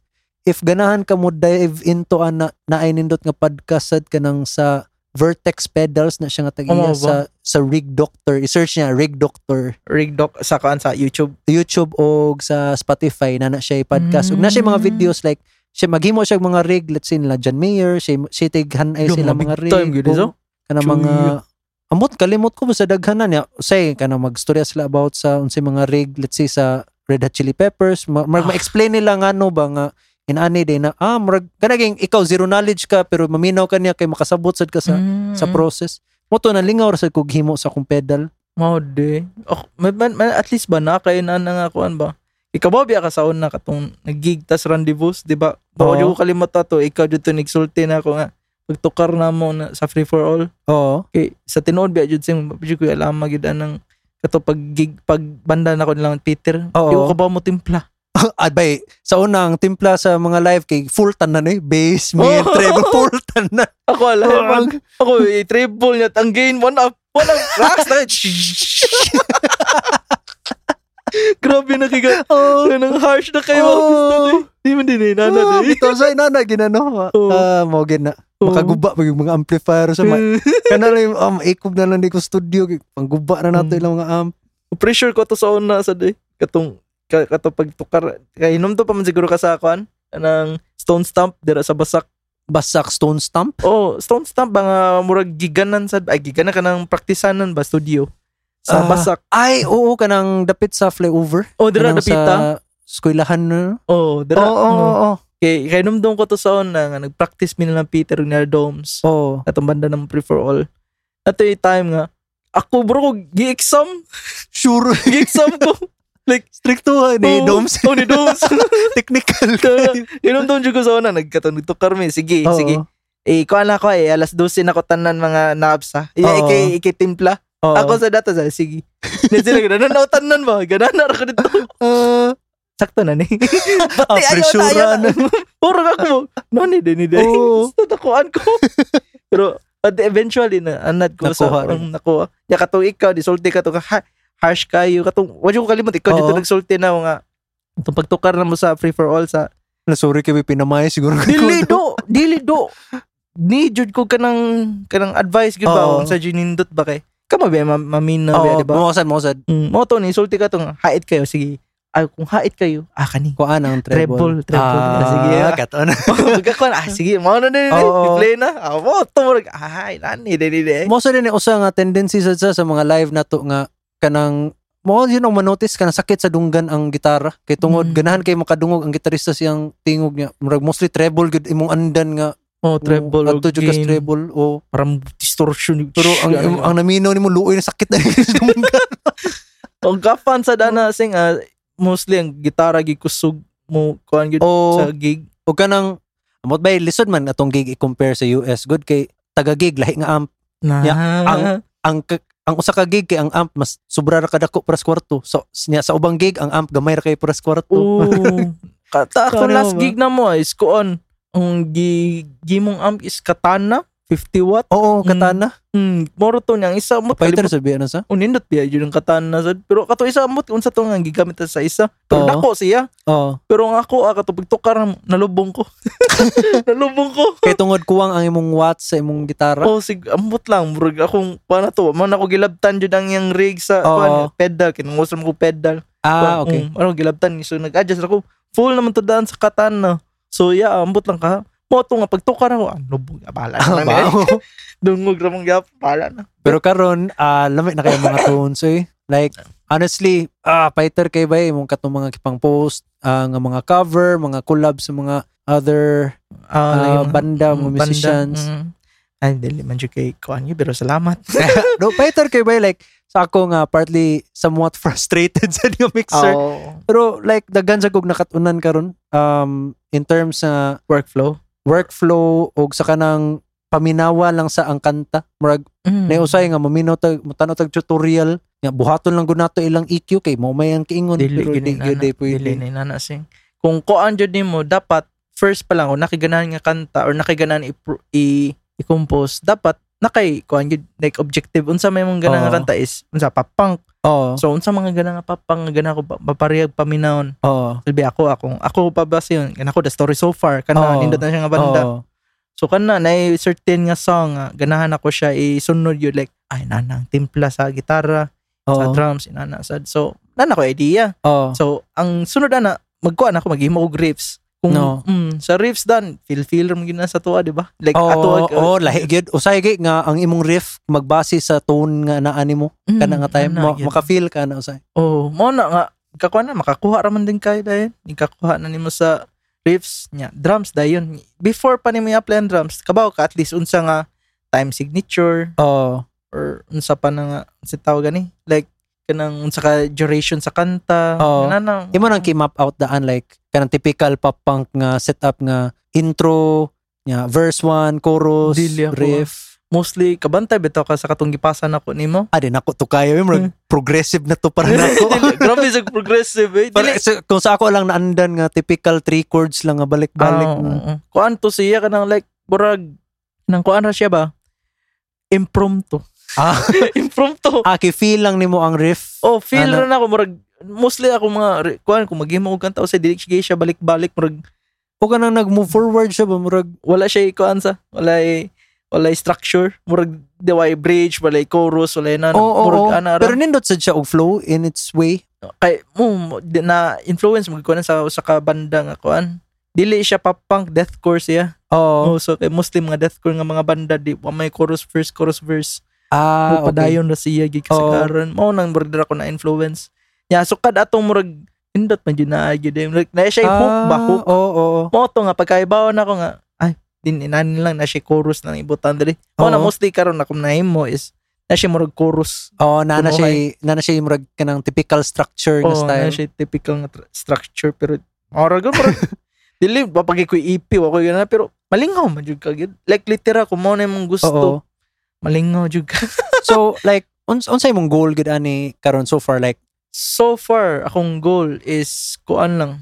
A: If ganahan ka mo dive into ana naay nindot nga podcast sad kanang sa Vertex pedals na siya nga tag
B: Oo ba?
A: sa sa Rig Doctor. I-search niya Rig Doctor.
B: Rig doc sa kuan sa YouTube.
A: YouTube o sa Spotify na na siya podcast. Ug na siya mga
B: Mm.
A: videos like siya maghimo siya og mga rig let's say nila John Mayer, siya siya tighan ay
B: Yung
A: sila
B: mga
A: mga
B: big
A: rig.
B: time gyud,
A: o,
B: iso?
A: Kana
B: Chuyo.
A: mga amot kalimot ko ba sa daghanan niya. Say kana magstorya sila about sa unsay mga rig let's say sa Red Hot Chili Peppers. Ma, ma,
B: Ah.
A: explain nila nga ano ba nga inani day na ah murag kanaging ikaw zero knowledge ka pero maminaw ka niya kay makasabot sad ka sa sa
B: Mm-mm.
A: process. Mo to nalingaw ra sad kog himo sa kong pedal.
B: Mao de. Oh, man, man, man, at least ba na kay na nga kuan ba? Ikaw ba biya ka sa una katong nag-gig tas rendezvous, di ba? Bawa
A: Oo.
B: jud ko kalimata to, ikaw jud to nagsulti na ako nga. Pagtukar na mo na sa free for all.
A: Oo.
B: Kay sa tinuod biya jud sing jud ko alam magid anang kato pag gig pag banda na ko nilang Peter.
A: Oo.
B: Di ko ka ba mo timpla.
A: Abay, sa unang timpla sa mga live kay full tan na ni, bass, mid,
B: Oh.
A: treble, full tan na.
B: Ako ala,
A: Oo.
B: man. Ako eh, triple niya ang gain one up, one up rocks na. Grabe na kiga.
A: Oh,
B: Nang harsh na kayo.
A: Oh.
B: Di man din eh, nana
A: ah,
B: din.
A: bitaw sa inana, ginano.
B: Oh.
A: Ah, mo gina. Makaguba pag yung mga amplifier sa mga. Kana lang yung um, ikog na lang ni ko studio. kay Pangguba na nato
B: Mm.
A: ilang mga amp.
B: Oh, Pressure ko to sa una sa day. Katong ka- kato pagtukar kay inom to pa man siguro ka sa akoan anang stone stamp dira sa basak.
A: Basak stone stamp.
B: Oh, stone stamp ba nga murag giganan sad ay giganan ka ng praktisanan ba studio sa
A: Ah.
B: basak.
A: Ay, oo, kanang dapit sa flyover.
B: Oh, dira
A: Kanang
B: napita.
A: Sa skwilahan na.
B: Oh, dira.
A: Oo, oo,
B: Mm.
A: oo.
B: Kay kay inom ko to sa una nga nagpractice mi na lang Peter near domes.
A: Oo.
B: Atong banda ng free for all. Ato yung time nga ako bro ko gi-exam,
A: Sure.
B: gi-exam ko.
A: Strictuhan eh,
B: Oh,
A: domes.
B: Oh, ni domes.
A: Technical.
B: Inom doon dyan ko sa una, nagkatunog to karmi. Sige,
A: Oo.
B: sige. Eh, kuha na ko eh, alas 12 na ko tanan mga naabsa. Eh,
A: Oo.
B: ikay, ikay timpla.
A: Oo.
B: Ako sa data, sa sige. Then sila, ganun na tanan ba? Ganun na ako dito.
A: Ah,
B: Sakto na ni.
A: ah,
B: Eh, ayaw na,
A: pressure
B: ayaw
A: na.
B: na. Puro ako mo. No, ni din, ni din.
A: Oo.
B: Tatakuan ko. Pero, But eventually na ang nad ko sa
A: Nakuha rin.
B: ang nakuha. Ya katong ikaw disulti ka to ka ha- harsh kayo katong wa jud ko kalimot ikaw dito
A: Oo.
B: nagsulti na nga itong pagtukar na mo sa free for all sa
A: Nasuri kami pinamay siguro.
B: dili do dili do ni jud ko kanang kanang advice gyud
A: Oo.
B: ba sa ginindot ba kay kamo ba ma- mamina ba
A: Oo,
B: di ba
A: mawasad, mawasad.
B: Mm, mo to ni sulti ka tong hait kayo sige. Ay, kung hait kayo, ah kani.
A: Kuan ang
B: Treble,
A: treble.
B: treble. Ah, sige.
A: katon.
B: Pagkakuan, ah sige, mo na din.
A: Oo.
B: Play na. Ah, mo to mo ah, nani dili dili.
A: Mo sa din yung usa nga tendency sa sa sa mga live na to nga kanang mo yun ang manotice ka na sakit sa dunggan ang gitara kay tungod
B: Mm.
A: ganahan kay makadungog ang gitarista siyang tingog niya murag mostly treble gud imong andan nga
B: Oh, treble. eh,
A: ato jud kas treble o
B: Parang distortion.
A: pero ang ang, ang naminaw nimo luoy na sakit na sa dunggan
B: ang gapan sa dana Oh, sing ah, mostly ang gitara gikusog mo kuan gyud
A: o
B: sa gig.
A: o kanang amot bay lisod man atong gig i-compare sa US good kay taga gig lahi nga amp
B: Na.
A: Yeah, ang ka- ang usa ka gig kay ang amp mas sobra ra kadako para sa kwarto so niya sa ubang gig ang amp gamay ra kay para sa kwarto
B: Oh. Oo. Kata ako
A: Karawa.
B: last gig na mo is kuan. Ang gi gimong amp is katana 50 watt.
A: oo
B: Mm.
A: katana
B: Hmm, moro to niyang isa mo
A: Paitan
B: kalibot
A: sa biya na sa?
B: unindot biya Oh, yun ang katana sad pero kato isa mo unsa to nga gigamit sa isa
A: Oo.
B: pero dako siya
A: Oo.
B: pero ang ako ah, katupig tukar nalubong ko nalubong ko
A: Kay tungod kuwang ang imong watts sa imong gitara.
B: oh sig ambot lang murag akong paano to man ako gilabtan jud ang yang rig sa
A: Oo.
B: kuan, pedal kinungos mo ko pedal
A: ah,
B: Kuan,
A: okay.
B: mm, ano gilabtan so nag-adjust ako full naman to daan sa katana so yeah ambot lang ka mo to nga pagtukar ako "Ah, ang lubong abala
A: Ba?
B: na lang dungog ra mong gap bala na
A: Pero karon, ah lamit na kayo mga tones eh. Like honestly, ah fighter kay ba eh, imong katong mga kipang post, ah, nga mga cover, mga collab sa mga other
B: Ah,
A: ah,
B: yung-
A: banda, mga
B: Mm,
A: musicians.
B: banda, mm. Ay, dili man jud kay kuan yun, pero salamat.
A: No, fighter kay ba eh, like sa ako nga partly somewhat frustrated sa nga mixer.
B: Oo.
A: Pero like daghan sa kog nakatunan karon um in terms sa
B: workflow.
A: workflow og sa kanang paminawa lang sa ang kanta. Murag
B: Mm.
A: Nay usay nga maminaw tag matanaw tag tutorial nga buhaton lang gud nato ilang EQ kay mo may ang kiingon
B: dili
A: pero
B: gyud
A: di
B: ni
A: gyud
B: nana,
A: day pwede.
B: dili ni nana ano, sing. Kung kuan jud nimo dapat first pa lang o nakiganahan nga kanta or nakiganahan i- i- i-compose dapat nakay kuan jud like objective unsa may mong gana nga
A: Oo.
B: kanta is unsa papang
A: Oo.
B: so unsa mga gana nga papang nga gana ko pa- papariyag paminawon
A: Oo.
B: sabi ako akong ako pa ba siya kana ko the story so far kana
A: Oo.
B: nindot na siya nga banda
A: Oo.
B: So kana na certain nga song nga ganahan ako siya isunod yun like ay nanang timpla sa gitara, sa
A: Oo. Oh.
B: drums, inana sad. So nana ko idea.
A: Oo.
B: So ang sunod ana magkuan ako maghimo og riffs. Kung
A: No.
B: mm, sa riffs dan feel feel mo gyud na sa tuwa di ba? Like
A: Oo,
B: atuag.
A: oo, lahi gyud. Usay gyud nga ang imong riff magbase sa tone nga naa nimo
B: Mm,
A: kana nga time
B: ana
A: mo
B: gyud.
A: maka-feel ka na usay.
B: Oh, mo na nga kakuha na makakuha ra man din kayo dahil nikakuha na nimo sa riffs nya drums dayon before pa nimo i-apply ang drums kabaw ka at least unsa nga time signature
A: Oo.
B: or unsa pa na nga si tawag gani like kanang unsa ka duration sa kanta
A: Oo.
B: na na
A: Imo nang map out daan like kanang typical pop punk nga setup nga intro nya verse 1 chorus
B: Dili ako.
A: riff.
B: mostly kabantay bitaw ka sa katong gipasan ako nimo
A: Ah, di nako to kayo.
B: Hmm.
A: Imong progressive na to para nako.
B: Dili, grabe sa progressive eh
A: Para,
B: dili
A: sa- kung sa ako lang naandan nga typical three chords lang nga balik-balik
B: Ah,
A: na.
B: oo. kuan to siya kanang like burag nang kuan ra siya ba impromptu
A: Ah.
B: impromptu
A: Ah, kay feel lang nimo ang riff.
B: oh feel
A: Ano?
B: ra na ako murag mostly ako mga re- kuan kung maghimo og kanta o sa dili siya balik-balik murag
A: O ka nang nag-move forward siya ba murag
B: wala siya kuan sa wala wala structure murag diway bridge wala chorus wala na
A: Oo,
B: murag
A: oo.
B: ana ra
A: Pero nindot sad siya og flow in its way.
B: kay mo mo- di- na influence mo kuan sa sa ka banda nga kuan dili siya pop punk deathcore siya
A: Oo.
B: oh. so kay mostly mga deathcore nga mga banda di wa may chorus verse chorus verse
A: Ah,
B: mo
A: okay.
B: padayon ra siya gig sa
A: Oo.
B: karon mao nang murag dira ko na influence nya so kad atong murag indot man jud na gyud eh. like na siya
A: Ah,
B: hook ba hook
A: Oo, oo.
B: mo to nga pagkaibawan ako nga ay din inanin lang na siya chorus na ibutan diri mo na
A: Oo.
B: mostly karon ako na mo is na siya murag chorus
A: Oo, nana
B: Tumuhay.
A: siya, nana siya yung murag kanang typical structure nga
B: Oo,
A: style.
B: na siya typical nga tr- structure pero murag yun, murag dili papagi ko EP ako yun na pero malingaw man jud ka gyud like litera ko mo na imong
A: Oo.
B: gusto malingaw jud ka
A: so, like, uns unsay mong goal gud ani karon so far like
B: so far akong goal is kuan lang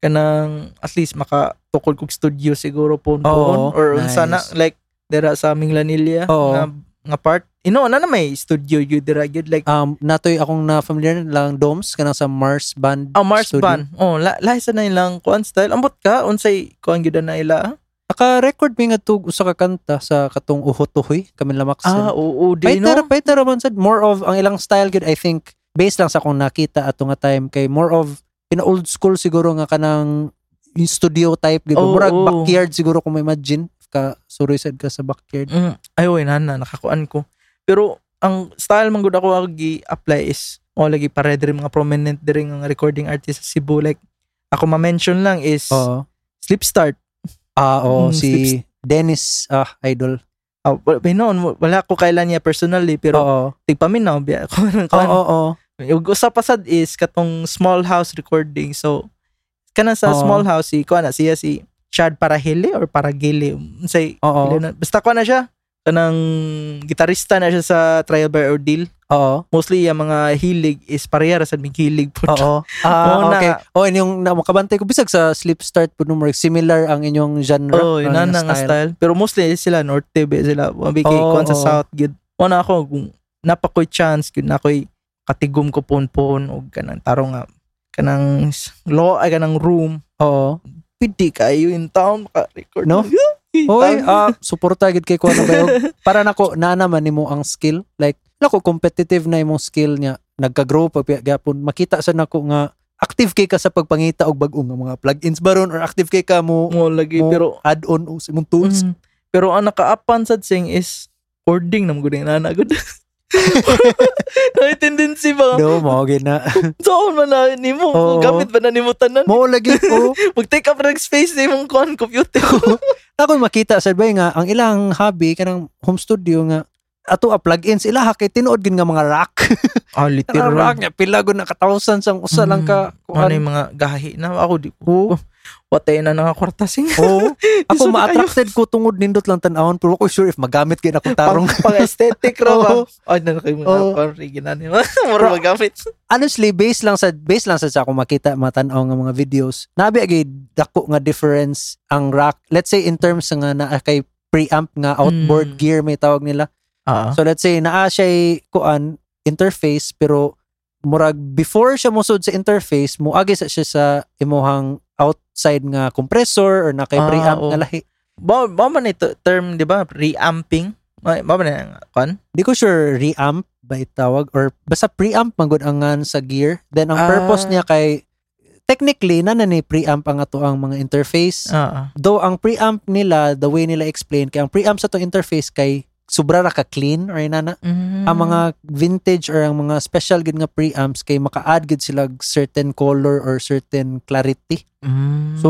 B: kanang at least maka tukol kog studio siguro po
A: Oo,
B: or unsa na
A: nice.
B: like dira sa aming Lanilla
A: Oo.
B: nga, nga part. Ino na na may studio you dira gyud like
A: Um, natoy akong na familiar lang Domes kanang sa Mars Band.
B: Oh, Mars
A: Ah, Studio.
B: Band. Oh, la lahi sa na ilang kuan style. Ambot ka unsay kuan gyud na ila? ah?
A: Naka-record mi nga tug usa ka kanta sa katong Uhotuhoy, kami lamak sa.
B: Ah, oo, di
A: Pahit
B: no.
A: na ra- pahit na ra man sad more of ang ilang style gud I think based lang sa akong nakita ato nga time kay more of pina old school siguro nga kanang yung studio type gud
B: Oo,
A: murag
B: oo.
A: backyard siguro kung ma-imagine ka suroy sad ka sa backyard.
B: Mm, ay, oy, nana, nakakuan ko. Pero, ang style man gud ako ako gi-apply is, o lagi pare diri mga prominent diri nga recording artist sa Cebu. Like, ako ma-mention lang is,
A: Oo.
B: Slip Start.
A: Ah, oo,
B: Mm,
A: si Dennis ah idol.
B: Oh, wala, noon, wala ko kailan niya personally, pero
A: Oo.
B: tigpaminaw biya ako.
A: Oo,
B: ng kuan.
A: oo.
B: Yung usa pa sad is katong small house recording. So kana sa
A: Oo.
B: small house si kuan na siya si Chad Parahili or Paragili. Say
A: Oo.
B: basta kuan na siya kanang gitarista na siya sa Trial by Ordeal.
A: Oo.
B: Mostly yung mga hilig is parehara sa mig hilig po.
A: Oo.
B: Oo
A: Ah,
B: na.
A: okay. Oh, and yung na- makabantay ko bisag sa sleep start po numero similar ang inyong genre. ah,
B: Oo, yun na
A: ang
B: nga style. Pero mostly sila norte ba sila. Mabiki
A: Oo,
B: kuan sa
A: oo.
B: E, south gid. Una ako kung napakoy chance gid nakoy katigom ko pon-pon og kanang taro nga ah, kanang s- law ay kanang room
A: Oo.
B: pwede kayo in town maka-record.
A: No?
B: In
A: Oy,
B: town.
A: ah, suporta gid kay ko na kayo. Para nako nana man nimo ang skill. Like nako competitive na imong skill niya. Nagka-grow pag piya- gyapon makita sa nako nga active kay ka sa pagpangita og bag-o nga mga plugins baron or active kay ka mo,
B: Mo lagi
A: mo
B: pero
A: add-on o sa imong tools.
B: Mm. pero ang nakaapan sad sing is recording nam gud na na gud. May tendency ba?
A: No, mo gid na.
B: Saan man na nimo?
A: Oo.
B: Gamit ba na nimo tanan?
A: Mo lagi ko.
B: Pag take up ng space na imong kuan computer.
A: Ako makita sa bay nga ang ilang hobby kanang home studio nga ato a plugins ila ha kay tinuod gin nga mga rack.
B: ah,
A: Kanang rack nga pila gud na ka thousands ang usa lang ka
B: Ano
A: kuan.
B: yung mga gahi na ako di ko. Watay na nga kwarta sing.
A: Oo.
B: Isulti
A: Ako
B: kayo.
A: ma-attracted ko tungod nindot lang tanawon pero ako sure if magamit gyud ako tarong.
B: Pang, pang aesthetic ra ba?
A: Oo.
B: Ay, na kayo mga
A: Oo.
B: oh. original nila. Mura magamit.
A: Honestly, based lang sa based lang sa sa ako makita matanaw nga mga videos. Nabi agi dako nga difference ang rack. Let's say in terms nga na kay preamp nga outboard
B: Mm.
A: gear may tawag nila.
B: Ah.
A: So let's say naa siya kuan interface pero murag before siya musod sa interface muagi sa siya sa imuhang outside nga compressor or na kay
B: Ah,
A: preamp
B: oo.
A: nga lahi.
B: Ba, ba man ito term, di ba? Reamping? Ay, Ba man yung kon?
A: Di ko sure reamp ba itawag or basta preamp man gud ang ngan sa gear. Then ang
B: Ah.
A: purpose niya kay technically na na ni preamp ang ato ang mga interface.
B: Ah.
A: Though ang preamp nila the way nila explain kay ang preamp sa to interface kay sobra ra ka clean or inana ang
B: Mm. Mm-hmm.
A: mga vintage or ang mga special gid nga preamps kay maka-add gid sila og certain color or certain clarity.
B: Mm-hmm. Mm.
A: So,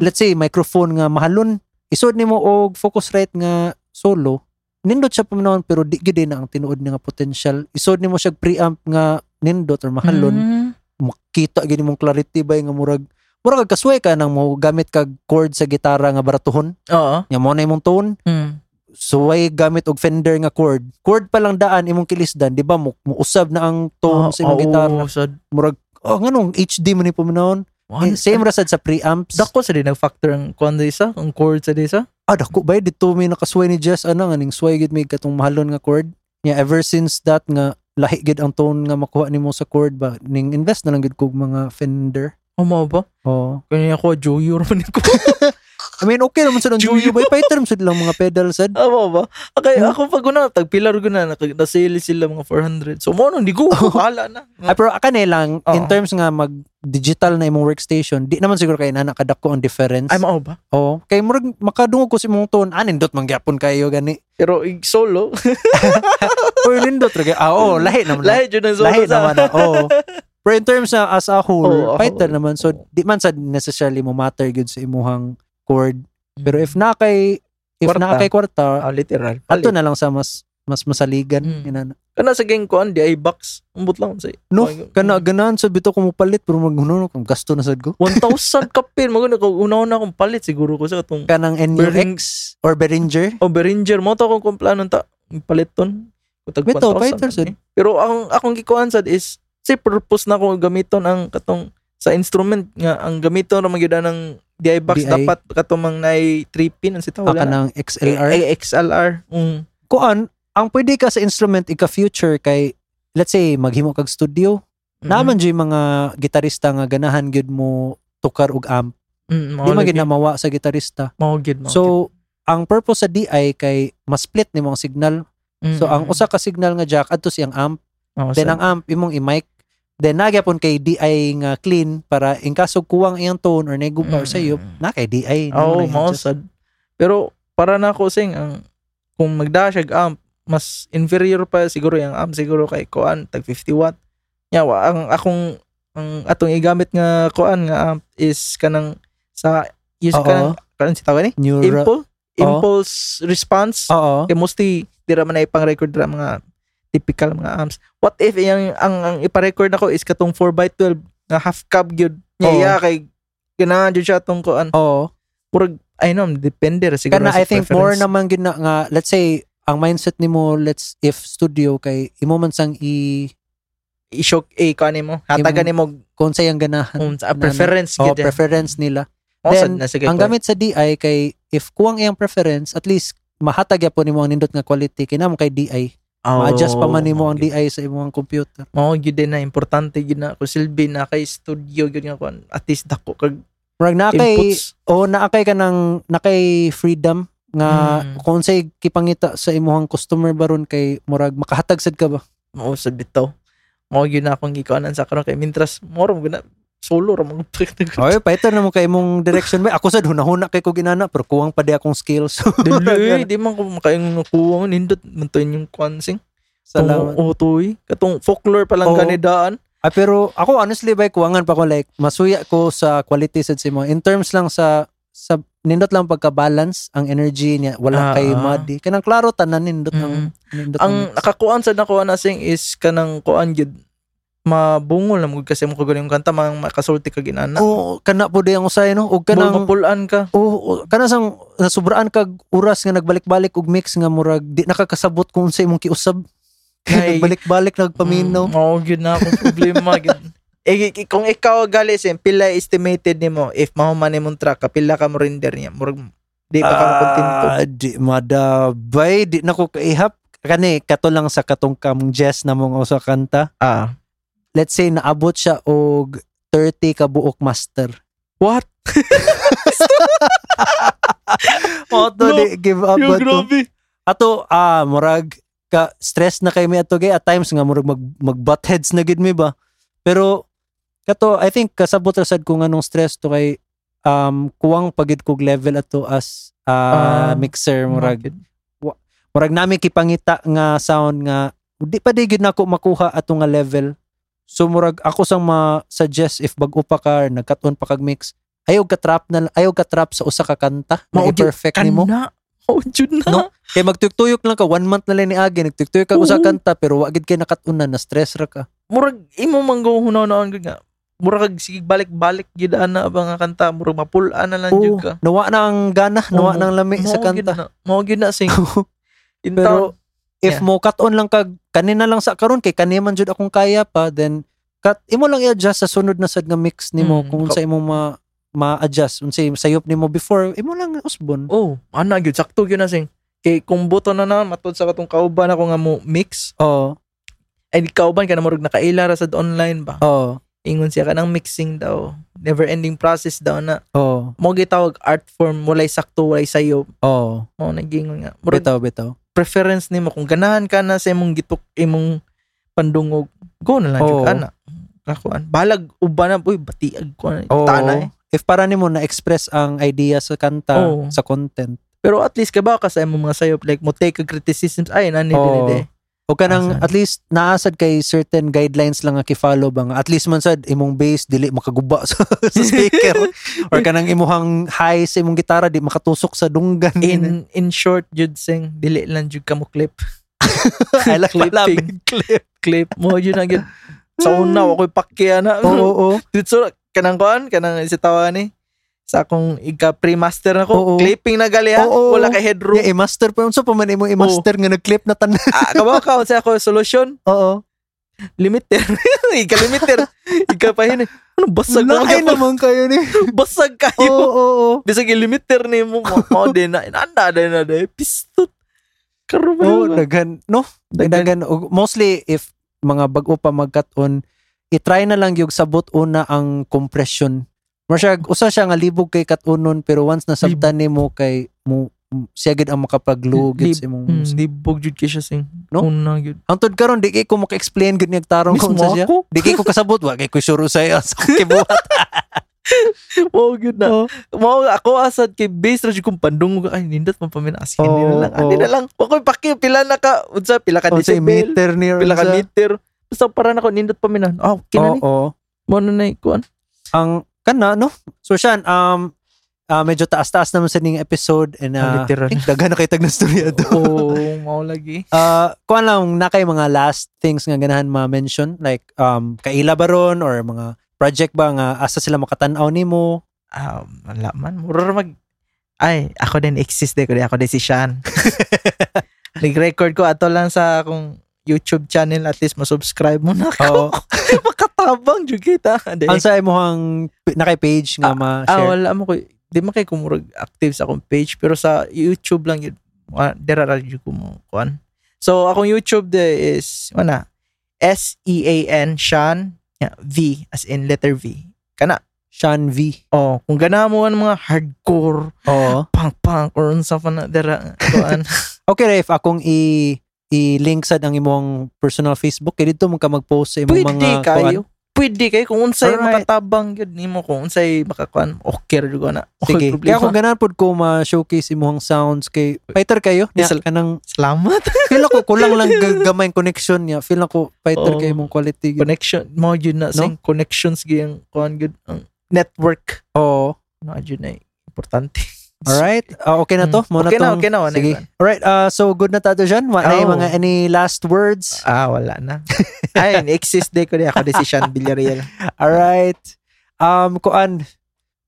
A: Let's say microphone nga mahalon, isod nimo og Focusrite nga solo, nindot siya pamanahon pero di gid na ang tinuod niya nga potential. Isod nimo siya og preamp nga nindot or mahalon,
B: Mm.
A: makita gid nimong clarity bay nga murag murag kag kasway ka nang mo gamit kag chord sa gitara nga baratuhon,
B: Oo.
A: nya mo na imong tone,
B: Mm.
A: suway gamit og Fender nga chord. Chord pa lang daan imong kilisdan, di ba? Mo, usab na ang tone sa imong
B: Oo,
A: gitara.
B: so,
A: Murag oh nganong HD man ni puminon.
B: ano-
A: Eh, same ra sad sa preamps.
B: Dako sa din nag-factor ang kuan sa isa, ang chord sa isa.
A: ah, dako ba dito may nakasway ni Jess ano nga ning sway gid may katong mahalon nga chord. Nya ever since that nga lahi gid ang tone nga makuha nimo sa chord ba ning invest na lang gid kog mga Fender.
B: O mo ba?
A: Oh.
B: Kanya ako, Joey Urban ko.
A: I mean, okay naman sa ng Juyo
B: Juyo.
A: ba? Paiter sa lang mga pedal sad.
B: Amo ba? Okay,
A: Hmm.
B: ako pag una, tagpilar ko na, nak- nasili sila mga 400. So, mo nun, di ko,
A: Oh.
B: wala na.
A: Ay, Ah, pero kanay lang, in
B: Oo.
A: terms nga mag-digital na imong workstation, di naman siguro kayo na nakadako ang difference.
B: Ay, mao ba?
A: Oo. Kay murag makadungog ko si mong tone, ah, nindot man gyapon kayo gani.
B: Pero, ig- solo,
A: Or nindot ra gyud. Ah, oo, lahi naman. na.
B: lahat yun ang solo
A: lahi
B: sa...
A: naman na. Oo. Pero in terms na as a whole,
B: Oo, ako-
A: fighter naman. So, di man sa necessarily mo matter gyud sa imuhang chord. Pero if na kay if na
B: Kwarta.
A: kay kwarta,
B: Ah, literal.
A: ato na lang sa mas mas masaligan.
B: Mm.
A: Inana.
B: Kana sa game ko, di ay box. Umbot lang, say.
A: No,
B: Mga-
A: kana ganan sa bito ko mupalit pero maghuno kung gasto na sad ko.
B: 1,000 kapil. Maganda ko, una-una akong palit siguro ko sa itong
A: Kanang
B: Bering-
A: NUX or Behringer.
B: o Oh, Beringer. Mo to akong kumplano ta. Ang Palit ton. Kutag
A: Bito,
B: 1,000
A: fighter sad.
B: Pero ang akong gikuan sad is si purpose na akong gamiton ang katong sa instrument nga ang gamito ra magyud ng DI box
A: DI.
B: dapat katumang nay 3 pin ang sitaw
A: Aka
B: wala na.
A: ng XLR.
B: Eh, eh, XLR. Mm.
A: Kuan, ang pwede ka sa instrument ika-future kay, let's say, maghimo kag studio.
B: Mm-hmm.
A: Naman dyan yung mga gitarista nga ganahan gyud mo tukar og amp.
B: Mm,
A: Di man gyud namawa sa gitarista.
B: Mao gid mao
A: So, ang purpose sa DI kay ma-split nimo ang signal.
B: gid. Mm,
A: So, ang
B: mm.
A: usa ka signal nga jack adto siyang amp.
B: Oo,
A: Then
B: sa-
A: ang amp imong i-mic. Then nagyapon kay DI nga clean para in kaso kuwang iyang tone or naigupa or
B: Mm.
A: sayo, na kay DI. na mo
B: Oo, Oh, mao
A: na-adjust.
B: sad. Pero para na ako sing ang kung magdashag amp mas inferior pa siguro yung amp siguro kay kuan tag 50 watt. Yawa ang akong ang atong igamit nga kuan nga amp is kanang sa use
A: Oo.
B: kanang kanang si tawag ni
A: Neuro-
B: impulse
A: Oo.
B: impulse response.
A: Oo.
B: Kay mostly di ra man ay pang record ra mga typical mga amps. What if yung ang, ang ipa-record nako is katong 4x12 nga half cab gyud. Nya
A: Oo.
B: iya kay ganahan jud siya tong kuan
A: Oo.
B: purag I know depende ra siguro
A: Kana
B: sa
A: I think more
B: preference.
A: naman gina nga let's say ang mindset nimo let's if studio kay imo man sang i
B: i-shock eh ka nimo hatagan nimo
A: kung sayang ganahan
B: kung sa
A: Ano,
B: preference
A: o
B: gid eh.
A: preference nila.
B: Oh, sad
A: then,
B: na, sige,
A: ang
B: kuha.
A: gamit sa DI kay if kuwang iyang preference at least mahatag po nimo ang nindot nga quality kinamo kay DI.
B: Oh,
A: Ma-adjust pa man nimo ang
B: okay.
A: DI sa imong computer.
B: mao gyud din na importante gyud na ko silbi na kay studio gyud nga kuan at least dako kag
A: Murag na Ah, kay
B: inputs
A: o naakay ka ng nakay freedom nga
B: Mm.
A: kung say kipangita sa imuhang customer baron kay murag makahatag sad ka ba?
B: mao sad bitaw mao gyud na akong gikanan sa karon kay mintras moro mo gyud na solo ra mo
A: Oy, paito na mo kay mong direction ba? Ako sad hunahuna kay ko ginana pero kuwang pa di akong skills.
B: Dili, di man ko makayong nakuha nindot mantoy yung kuan sing.
A: Salamat.
B: Tong utoy, katong folklore pa
A: Oo.
B: lang ganidaan.
A: Ah, pero ako honestly by kuwangan pa ko like masuya ko sa quality sad si mo. In terms lang sa sa nindot lang pagka-balance ang energy niya wala
B: Ah,
A: kay
B: ah.
A: muddy. Kanang klaro tanan nindot
B: Mm.
A: ang nindot mix.
B: ang nakakuan sa nakuha na sing is kanang kuan gyud mabungol na mo kasi mo kagaling kanta mang makasulti ka ginana
A: Oo, kana po di ang usay no ug
B: Oh, kanang
A: kanang
B: mapulaan ka
A: Oo, kana sang nasubraan kag oras nga nagbalik-balik og mix nga murag di nakakasabot kung sa imong kiusab.
B: Ay.
A: nagbalik-balik nagpaminaw.
B: mm, oo gyud na akong problema gyud Eh, gi- kung ikaw gali sing pila estimated nimo if mahuman imong track kapila ka mo render niya murag di pa ka mo kontento
A: Ah, di madabay, di eh, na ko kaihap. Kani, kan kato lang sa katong kamong Jess na mong usa kanta.
B: ah
A: Let's say, naabot siya og 30 ka buok master.
B: what
A: Oto,
B: No,
A: di give up ba to? Ato, ah, murag, ka, stress na kay mi ato gay. At times nga, murag mag, mag heads na gid mi ba? Pero, kato, I think, kasabot ra sad ko nga nung stress to kay um, kuwang pagid kog level ato as ah,
B: Ah,
A: mixer, murag.
B: Murag-
A: murag nami kipangita nga sound nga di pa di gyud nako makuha ato nga level so murag ako sang ma-suggest if bag-o pa ka or nagkaton pa kag mix ayaw ka trap na ayaw ka trap sa usa ka kanta na
B: Mao gyud
A: perfect
B: kan
A: nimo
B: na oh jud na
A: No. kay magtuyok lang ka one month na lang ni agi nagtuyok ka usa
B: Oo.
A: kanta pero wa gid kay nakatunan na stress ra ka
B: murag imo manggo hunaw-naon gyud nga murag kag sige balik-balik gyud ana ba nga kanta murag mapulaan na lang
A: Oo,
B: jud ka
A: nawa na ang gana nawa
B: Oo.
A: na ang lami sa
B: Mao gyud
A: kanta
B: na, mao gyud na sing in
A: Pero if
B: Yeah.
A: mo cut-on lang kag kanina lang sa karon kay kanina man jud akong kaya pa then cut imo lang i-adjust sa sunod na sad nga mix nimo
B: Mm,
A: kung unsa imo ma ma-adjust unsay sayop nimo before imo lang usbon.
B: oh ana gyud sakto gyud na sing kay kung buto na na matod sa katong kauban ako nga mo mix
A: Oo.
B: ay kauban ka na murag nakaila ra sad online ba
A: Oo.
B: ingon siya kanang mixing daw never ending process daw na
A: Oo.
B: mo gitawag art form walay sakto walay sayo
A: Oo.
B: mao nagingon nga murag
A: Bitaw bitaw.
B: preference nimo kung ganahan ka na sa imong gitok imong pandungog go na lang
A: Oo.
B: jud ka na kakuan balag uban na uy batiag ko na eh.
A: Oo.
B: tanay
A: If para nimo na-express ang idea sa kanta,
B: Oo.
A: sa content.
B: pero at least kabaw ka sa imong mga sayop like mo take a criticisms ay na ni
A: Oo.
B: dinide
A: O kanang
B: Asan?
A: at least naasad kay certain guidelines lang nga ki-follow ba nga at least man sad imong bass dili makaguba sa, sa speaker or kanang imuhang high sa imong gitara di makatusok sa dunggan
B: in in short jud sing dili lang jud ka mo clip
A: I like pala
B: Clipping.
A: big clip. Mm.
B: clip mo jud na gyud sa una ako pakya na
A: Oo, oo.
B: Dito kanang kuan kanang isa tawa ni sa akong ika pre-master na
A: Oo.
B: ko clipping na galihan
A: Oo.
B: wala kay headroom
A: Yeah, i-master pa yun. So, pamanin mo i-master nga nag-clip na tanan.
B: ah, kabaw ka sa ako solution
A: Oo.
B: limiter. ika limiter. ika pa yun eh. Ano basag na
A: Laki
B: ka?
A: naman kayo ni.
B: basag
A: Oo,
B: kayo.
A: oo, oo.
B: Bisag ilimiter ni mo ko. Mao din na inanda din na day pistot. Karo ba?
A: Oo,
B: yun?
A: daghan. No, daghan.
B: Daghan.
A: og- Mostly, if mga bago pa mag-cut-on, itry na lang yung sabot una ang compression. Masyag, usa siya nga libog kay katunon pero once nasabtan ni mo kay mo mo- siya gid ang makapagluo gid sa imong
B: Hmm,
A: music.
B: di bugjud kay siya sing.
A: No?
B: Una gyud.
A: Hangtod karon di kay ko maka-explain gid niyang tarong
B: Mismo
A: kung sa siya.
B: ako.
A: Di kay ko kasabot wa kay ko sure usay sa kibuhat.
B: Mao gyud na.
A: Oh.
B: Mao ako asad kay base ra gyud kung pandung ay nindot man paminaas. Hindi
A: Oo,
B: na lang. Hindi
A: oo.
B: na lang. Wa koy paki pila na ka unsa pila ka
A: Kung sa
B: decibel.
A: Oh, meter ni
B: Pila ka
A: unsa.
B: meter. Basta para na ko nindot paminan. Oh,
A: Oo.
B: kinani.
A: oo.
B: Mao na nay kuan.
A: Ang kana no. So siyan um ah, medyo taas-taas naman sa ning episode and
B: Ang
A: uh,
B: literal.
A: daghan na kay tag na storya to.
B: Oo, mao Oh, lagi.
A: Uh, kuan lang na kay mga last things nga ganahan ma-mention like um kaila ba ron or mga project ba nga asa sila makatan-aw nimo?
B: um, wala man. Mura ra mag... Ay, ako din exist de ko di ako din si Sean. Nag-record ko ato lang sa akong YouTube channel at least masubscribe mo na
A: Oo.
B: ako. Makatabang jud kita. Hindi.
A: Ang sa imong na kay page nga
B: Eh. Ah,
A: ma-share.
B: wala mo ko. Di man kay kumurag active sa akong page pero sa YouTube lang yun. Wa- Dera ra jud ko mo kuan. So akong YouTube de is wala. S E A N Sean yeah, V as in letter V. Kana.
A: Sean V.
B: Oh, kung ganahan mo ang mga hardcore
A: Oo.
B: punk punk or unsa pa na dira kuan
A: Okay ra if akong i i-link sad ang imong personal Facebook kay dito mo ka mag-post sa imong
B: pwede
A: mga
B: kayo pwede kayo kung unsay
A: Alright.
B: makatabang gyud nimo kung unsay makakuan okay ra na
A: Sige. Kaya
B: okay, problema.
A: ako ganahan pod ko ma-showcase imong sounds kay fighter kayo. Niya
B: Isal-
A: ka nang
B: salamat
A: feel ako kulang lang ga- gamay ang connection niya. Feel ako fighter
B: Oo.
A: kay imong quality. gid.
B: connection mo yun na sing connections gyang kuan gyud ang network
A: Oo.
B: no yun na importante
A: Alright. Ah, okay na to.
B: Mm.
A: Muna
B: Okay na,
A: tong-
B: okay na, wala
A: Sige.
B: na.
A: Alright. ah, so, good na tato dyan. Wala yung
B: Oh.
A: mga any last words.
B: ah wala na ay exist day ko di ako decision Villarreal
A: Alright. Um, kuan.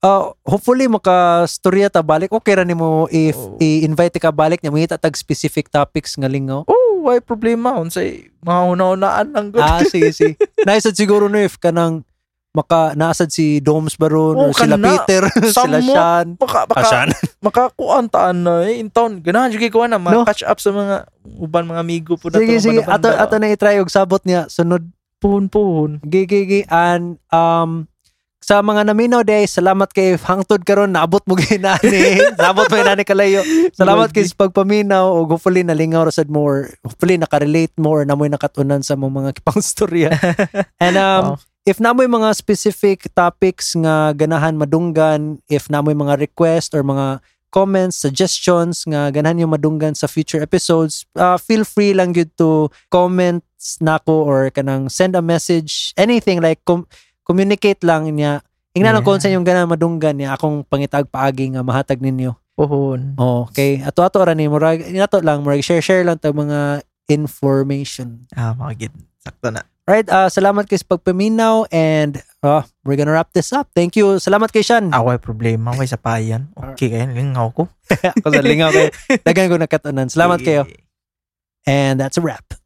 A: ah, hopefully, maka-storya ta balik. Okay ra nimo if
B: Oh.
A: i-invite ka balik niya. Mungita tag specific topics nga lingaw.
B: oh why problema unsay mauna-unaan lang gud
A: ah, sige, sige. Naisad siguro no if kanang maka naasad si Doms Baron or
B: Oh,
A: sila
B: kana.
A: Peter, sila
B: Samo.
A: Sean.
B: baka baka
A: Ah,
B: makakuan taan na eh, in town ganahan jud kay kuan na
A: No.
B: catch up sa mga uban mga amigo po na
A: Sige,
B: to,
A: sige.
B: mga
A: Ato,
B: banda.
A: ato na i-try og sabot niya. Sunod
B: puhon-puhon
A: Gigigi and um sa mga naminaw day, salamat kay hangtod karon naabot mo ginani. naabot mo ginani kalayo. Salamat kay sa pagpaminaw o hopefully nalingaw ra sad mo or hopefully nakarelate mo or namoy nakatunan sa mong mga kipangstorya. And um
B: Wow.
A: if namoy mga specific topics nga ganahan madunggan, if namoy mga request or mga comments, suggestions nga ganahan yung madunggan sa future episodes, uh, feel free lang yun to comments nako or kanang send a message anything like com- communicate lang niya ingnan lang ko sa inyong ganang madunggan niya akong pangitag paagi nga mahatag ninyo
B: Puhon.
A: okay ato ato ra ni murag ato lang murag share share lang ta mga information
B: Ah, mga gid. Sakto na.
A: right uh, salamat kay sa pagpaminaw and uh, we're gonna wrap this up thank you salamat kay Sean
B: Away problema, way sa payan. Okay, kaya lingaw ko.
A: ako sa lingaw kay dagan ko nakatunan salamat kayo and that's a wrap